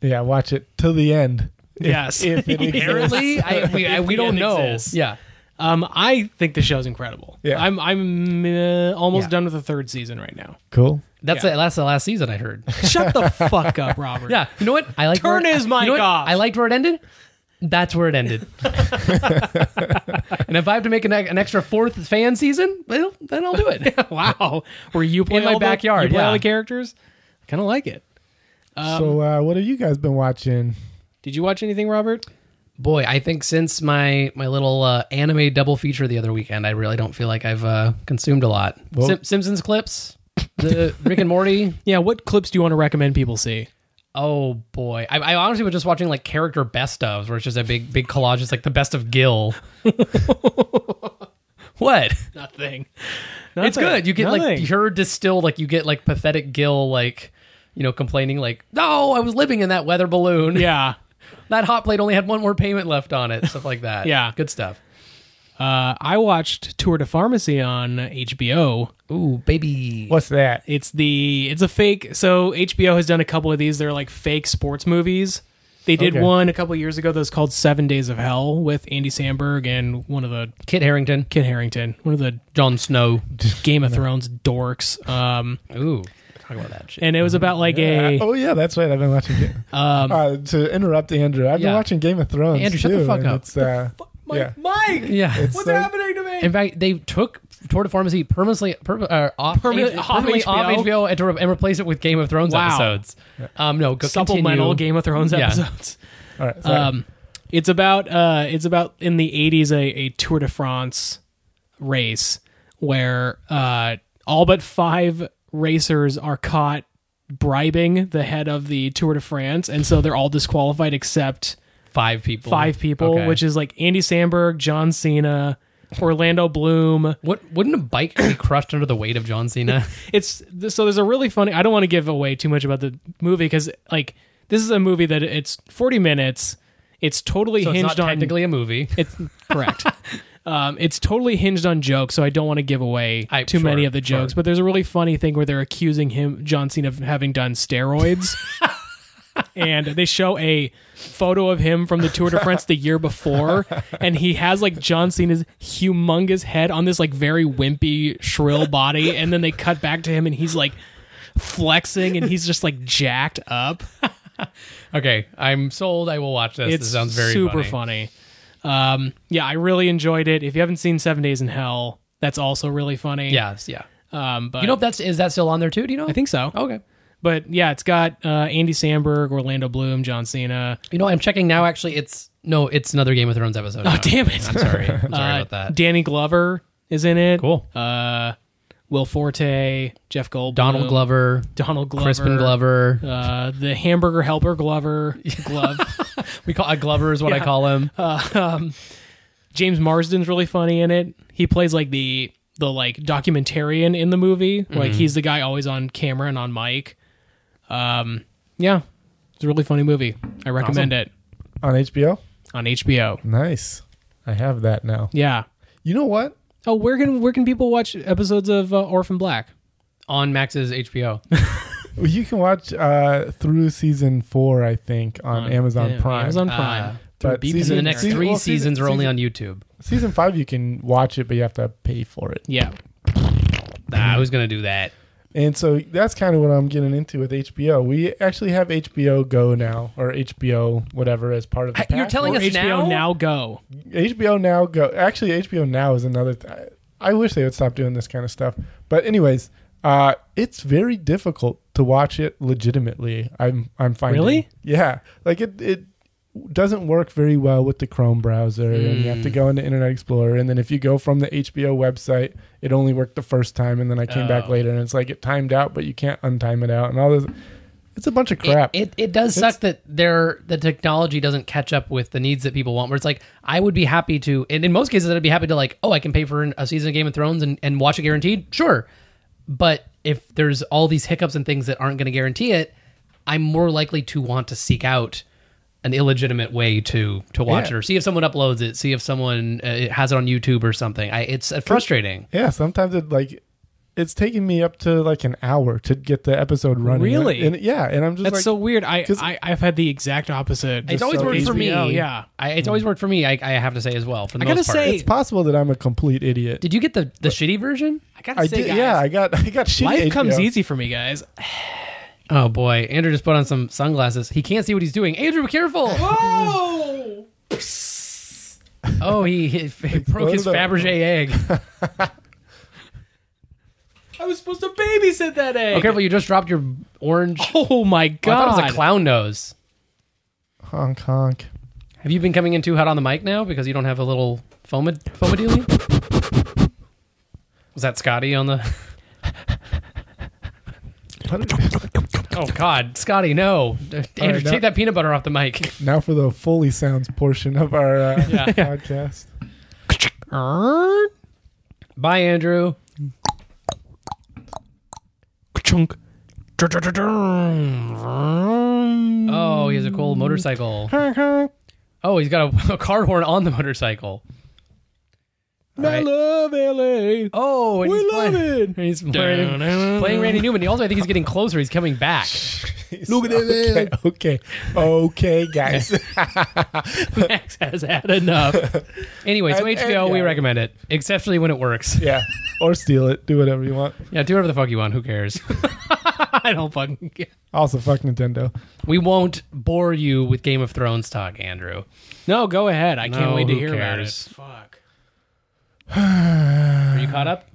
S2: Yeah, watch it till the end. If-
S1: Yes.
S2: If it exists.
S3: Apparently, I, we, I, we
S1: If the
S3: don't
S1: end
S3: know.
S1: exists.
S3: Yeah.
S1: Um, I think the show's incredible.
S2: Yeah.
S1: I'm I'm uh, almost
S3: Yeah.
S1: done with the third season right now.
S2: Cool.
S3: That's
S1: Yeah.
S3: the, that's the last season I heard.
S1: Shut the fuck up, Robert.
S3: Yeah, you know what? I like
S1: Turn
S3: where it-
S1: his
S3: you know
S1: mic
S3: what?
S1: off.
S3: I liked where it ended. That's where it ended. and if I have to make an, e- an extra fourth fan season, well, then I'll do it.
S1: wow. Where you play
S3: In my
S1: all the-
S3: backyard,
S1: you play all
S3: yeah.
S1: the characters. Kind of like it.
S3: Um,
S2: so, uh, what have you guys been watching?
S1: Did you watch anything, Robert?
S3: boy, I think since my my little uh, anime double feature the other weekend, I really don't feel like I've uh, consumed a lot.
S2: Well-
S3: Sim- Simpsons clips, the Rick and Morty.
S1: Yeah, what clips do you want to recommend people see?
S3: Oh boy, I, I honestly was just watching like character best ofs, where it's just a big big collage. It's like the best of Gil. what?
S1: Nothing.
S3: It's good. You get like
S1: Nothing.
S3: pure distilled, like you get like pathetic Gil, like you know, complaining like, "No, I was living in that weather balloon.
S1: yeah.
S3: That hot plate only had one more payment left on it. Stuff like that.
S1: Yeah.
S3: good stuff.
S1: Uh, I watched Tour de Pharmacy on HBO.
S3: Ooh, baby.
S2: What's that?
S1: It's the it's a fake. So HBO has done a couple of these. They're like fake sports movies. They did
S2: Okay.
S1: one a couple of years ago that was called Seven Days of Hell with Andy Samberg and one of the
S3: Kit Harrington,
S1: Kit Harrington, one of the
S3: Jon Snow.
S1: Game of Thrones dorks. Um,
S3: Ooh, talk about that shit.
S1: and it was about like a um,
S2: oh yeah, that's right. I've been watching. Ga- uh, to interrupt Andrew, I've
S3: Um, yeah.
S2: been watching Game of Thrones.
S3: Andrew, shut the
S2: too,
S3: fuck
S2: and
S3: up.
S2: It's, uh,
S1: Mike,
S2: yeah.
S1: Mike,
S3: Yeah.
S2: It's
S1: what's
S2: like-
S1: happening to me?
S3: In fact, they took Tour de Pharmacy permanently per, uh, off,
S1: Permanently off
S3: permanently off
S1: HBO?
S3: HBO and, to re- and replace it with Game of Thrones
S1: Wow.
S3: episodes. Um, no, go,
S1: Supplemental
S3: continue.
S1: Game of Thrones
S3: Yeah.
S1: episodes.
S2: All right, uh, sorry.
S1: Um, it's about uh, it's about in the '80s a, a Tour de France race where uh, all but five racers are caught bribing the head of the Tour de France, and so they're all disqualified except
S3: Five people.
S1: five people,
S3: Okay.
S1: which is like Andy Samberg, John Cena, Orlando Bloom.
S3: What wouldn't a bike be crushed under the weight of John Cena?
S1: it's so there's a really funny i don't want to give away too much about the movie because like this is a movie that it's 40 minutes it's totally
S3: So it's
S1: hinged
S3: not
S1: on
S3: technically a movie.
S1: it's correct um, it's totally hinged on jokes so i don't want to give away
S3: I-
S1: too
S3: sure,
S1: many of the
S3: sure.
S1: jokes but there's a really funny thing where they're accusing him john cena of having done steroids and they show a photo of him from the Tour de France the year before, and he has like John Cena's humongous head on this like very wimpy, shrill body, and then they cut back to him and he's like flexing and he's just like jacked up.
S3: Okay, I'm sold. I will watch this.
S1: It's
S3: this sounds very
S1: super
S3: funny.
S1: funny. Um, yeah, I really enjoyed it. If you haven't seen Seven Days in Hell, that's also really funny.
S3: Yes, yeah.
S1: um, but
S3: You know if that's is that Oh. still on there too? Do you know?
S1: I think so.
S3: Okay.
S1: But yeah, it's got uh, Andy Samberg, Orlando Bloom, John Cena.
S3: You know, I'm checking now. Actually, it's no, it's another Game of Thrones episode.
S1: Oh
S3: now.
S1: damn it!
S3: I'm sorry. I'm sorry
S1: Uh,
S3: about that.
S1: Danny Glover is in it.
S3: Cool.
S1: Uh, Will Forte, Jeff Goldblum,
S3: Donald Glover,
S1: Donald Glover,
S3: Crispin Glover.
S1: uh, the Hamburger Helper Glover, Glove.
S3: We call uh, Glover is what I call him.
S1: James Marsden's really funny in it. He plays like the the like documentarian in the movie. Like
S3: Mm-hmm.
S1: he's the guy always on camera and on mic. Um, yeah, it's a really funny movie. I recommend it
S2: on HBO.
S1: on HBO.
S2: Nice. I have that now.
S1: Yeah.
S2: You know what?
S1: Oh, where can where can people watch episodes of uh, Orphan Black?
S3: on Max's HBO.
S2: Well, You can watch uh, through season four, I think, on
S1: On-
S2: Amazon
S1: yeah,
S2: Prime.
S1: Amazon
S3: Uh,
S1: Prime. Through
S2: but
S1: BBC.
S3: And
S2: season-
S3: the next
S2: season-
S3: three
S2: well, season-
S3: seasons are only on YouTube.
S2: Season five, you can watch it, but you have to pay for it.
S1: yeah.
S3: Nah, who's gonna do that?
S2: And so that's kind of what I'm getting into with HBO. We actually have HBO Go now, or HBO whatever as part of the.
S3: You're
S2: pack.
S3: telling
S1: Or
S3: us
S1: HBO
S3: now?
S1: now go.
S2: HBO Now Go. Actually, HBO Now is another. Th- I I wish they would stop doing this kind of stuff. But anyways, uh, it's very difficult to watch it legitimately. I'm I'm finding.
S1: Really?
S2: Yeah, like it it doesn't work very well with the Chrome browser, and you have
S3: Hmm.
S2: to go into Internet Explorer, and then if you go from the HBO website, it only worked the first time, and then I came back
S3: Oh.
S2: later, and it's like it timed out, but you can't untime it out, and all this. It's a bunch of crap.
S3: It, it, it does
S2: It's-
S3: suck that their the technology doesn't catch up with the needs that people want. Where it's like, I would be happy to, and in most cases, I'd be happy to like, oh, I can pay for an- a season of Game of Thrones and, and watch it guaranteed, sure. But if there's all these hiccups and things that aren't going to guarantee it, I'm more likely to want to seek out an illegitimate way to to watch
S2: Yeah.
S3: it or see if someone uploads it, see if someone uh, it has it on YouTube or something. I, it's uh, frustrating.
S2: Yeah, sometimes it like it's taking me up to like an hour to get the episode running.
S1: Really?
S2: And, and- yeah, and I'm just
S1: That's
S2: like,
S1: so weird. I,
S2: 'cause-
S1: I I've had the exact opposite.
S3: It's always
S2: so
S3: worked for me.
S1: HBO, yeah.
S3: I, it's always worked for me. I, I have to say as well. For the
S1: I gotta
S3: most part.
S1: say-
S2: it's possible that I'm a complete idiot.
S3: did you get the the shitty version?
S1: I gotta
S2: I
S1: say,
S2: did,
S1: guys,
S2: yeah. I got I got shitty.
S1: life comes
S2: HBO.
S1: easy for me, guys.
S3: Oh boy, Andrew just put on some sunglasses. He can't see what he's doing. Andrew, be careful!
S1: Oh,
S3: oh, he, he, he broke his
S2: Exploded.
S3: Fabergé egg.
S1: I was supposed to babysit that egg.
S3: Oh, careful! You just dropped your orange.
S1: Oh my
S3: I
S1: god!
S3: thought it was a clown nose.
S2: Honk honk.
S3: Have you been coming in too hot on the mic now because you don't have a little foam foam dealie? Was that Scotty on the? Oh God, Scotty, no! Andrew,
S2: no.
S3: take that peanut butter off the mic.
S2: now for the fully sounds portion of our uh, podcast.
S3: Bye, Andrew.
S1: Chunk.
S3: Oh, he has a cool motorcycle. Oh, he's got a, a car horn on the motorcycle. All
S1: I
S3: right.
S1: love LA.
S3: Oh, and
S1: We
S3: he's
S1: love
S3: playing,
S1: it.
S3: He's playing, playing Randy Newman. He also, I think he's getting closer. He's coming back.
S2: Look at okay, okay, okay, guys.
S3: Max has had enough. Anyway, so
S2: And- and,
S3: HBO, we
S2: yeah.
S3: recommend it, exceptionally when it works.
S2: yeah, or steal it. Do whatever you want.
S3: Yeah, do whatever the fuck you want. Who cares? I don't fucking care.
S2: Also, fuck Nintendo.
S3: We won't bore you with Game of Thrones talk, Andrew.
S1: No, go ahead. I can't
S3: No,
S1: wait to
S3: who
S1: hear about it.
S3: cares?
S1: Fuck.
S3: Are you caught up?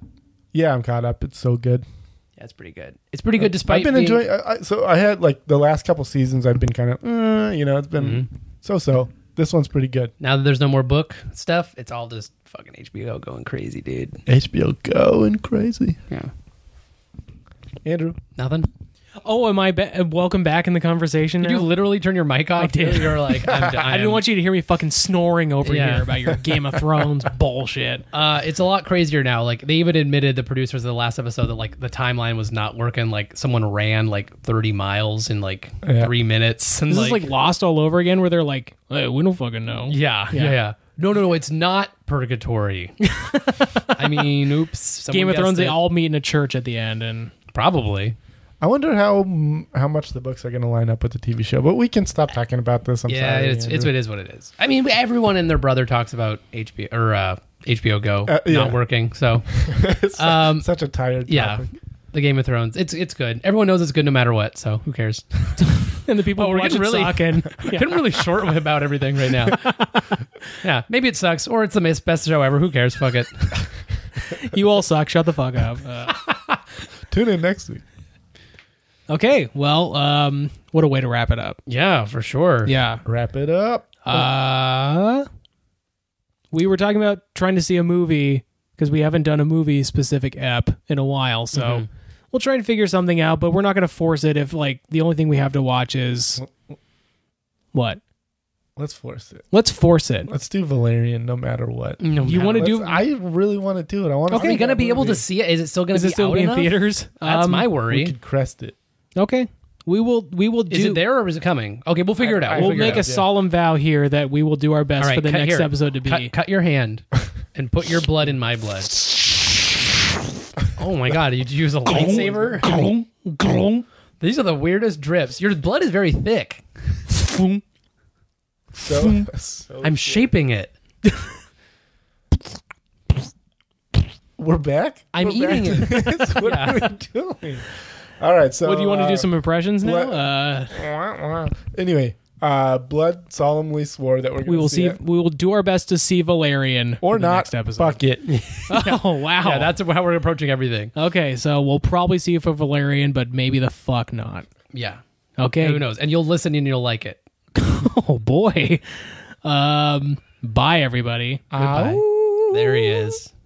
S2: Yeah, I'm caught up. It's so good.
S3: Yeah, it's pretty good. It's pretty good despite
S2: I've been
S3: being-
S2: enjoying. I, I, so I had like the last couple seasons. I've been kind of, uh, you know, it's been
S3: Mm-hmm.
S2: so-so. This one's pretty good.
S3: Now that there's no more book stuff, it's all just fucking HBO going crazy, dude.
S2: HBO going crazy.
S3: Yeah.
S2: Andrew,
S3: Nothing.
S1: Oh, am I ba- welcome back in the conversation?
S3: Did you
S1: now?
S3: literally turn your mic off?
S1: I did.
S3: You're like, I'm,
S1: I didn't want you to hear me fucking snoring over
S3: Yeah.
S1: here about your Game of Thrones bullshit.
S3: Uh, it's a lot crazier now. Like they even admitted the producers of the last episode that like the timeline was not working. Like someone ran like 30 miles in like
S2: Yeah.
S3: three minutes. And
S1: This is
S3: like,
S1: like Lost all over again, where they're like, hey, "We don't fucking know."
S3: yeah, yeah, yeah, No, no, no. It's not purgatory. I mean, oops. someone
S1: Game of
S3: guessed
S1: Thrones, they
S3: it.
S1: all meet in a church at the end, and
S3: probably.
S2: I wonder how mm, how much the books are going to line up with the TV show. But we can stop talking about this. I'm
S3: Yeah,
S2: sorry.
S3: it's it's
S2: Andrew.
S3: it is what it is. I mean, everyone and their brother talks about HBO or uh, HBO Go
S2: Uh, yeah.
S3: not working. So
S2: It's su-
S3: um,
S2: such a tired.
S3: yeah,
S2: topic.
S3: the Game of Thrones. It's it's good. Everyone knows it's good no matter what. So who cares?
S1: and the people
S3: Oh,
S1: who
S3: we're
S1: watch
S3: getting
S1: it
S3: really-
S1: suck, and
S3: Couldn't really short about everything right now. yeah, maybe it sucks or it's the mis- best show ever. Who cares? Fuck it.
S1: you all suck. Shut the fuck up. Uh,
S2: Tune in next week.
S1: okay, well, um, what a way to wrap it up.
S3: Yeah, for sure.
S1: Yeah.
S2: Wrap it up.
S1: Uh, we were talking about trying to see a movie because we haven't done a movie specific ep in a while, so
S3: Mm-hmm.
S1: we'll try and figure something out. But we're not going to force it if like the only thing we have to watch is what.
S2: Let's force it.
S1: Let's force it.
S2: Let's do Valerian, no matter what.
S3: No
S1: You
S3: matter-
S1: want to do?
S2: Let's- I really want to do it. I want to.
S3: Are we gonna be able to see it? Is it still gonna
S1: Is
S3: be
S1: it still
S3: out
S1: be in
S3: enough?
S1: theaters?
S3: That's
S1: Um,
S3: my worry.
S2: We could crest it.
S1: Okay, we will. We will do.
S3: is it there or is it coming? Okay, we'll figure it out.
S2: I-
S1: We'll
S3: figure it
S1: make a
S3: out.
S1: solemn vow here that we will do our best for the
S3: cut-
S1: next
S3: here.
S1: episode to be.
S3: Cut, cut your hand and put your blood in my blood. Oh my god, did you use a lightsaber?
S1: Glong, glong,
S3: These are the weirdest drips. Your blood is very thick.
S1: foom.
S2: So, so
S3: I'm shaping it.
S2: we're back.
S3: I'm
S2: We're back
S3: eating
S2: to
S3: it.
S2: this? What are we doing? All right. So,
S1: What do you want to
S2: uh,
S1: do? Some impressions now?
S2: what-
S1: Uh,
S2: Anyway, uh, blood solemnly swore that we're. Gonna
S1: we will see.
S2: see. it.
S1: we will do our best to see Valerian
S2: or
S1: for the
S2: not.
S1: next episode.
S2: Fuck it.
S1: Oh wow.
S3: Yeah, that's how we're approaching everything.
S1: okay. So we'll probably see you for Valerian, but maybe the fuck not.
S3: Yeah.
S1: Okay.
S3: Who knows? And you'll listen and you'll like it.
S1: Oh boy. Um. Bye, everybody.
S3: Uh, Goodbye. There he is.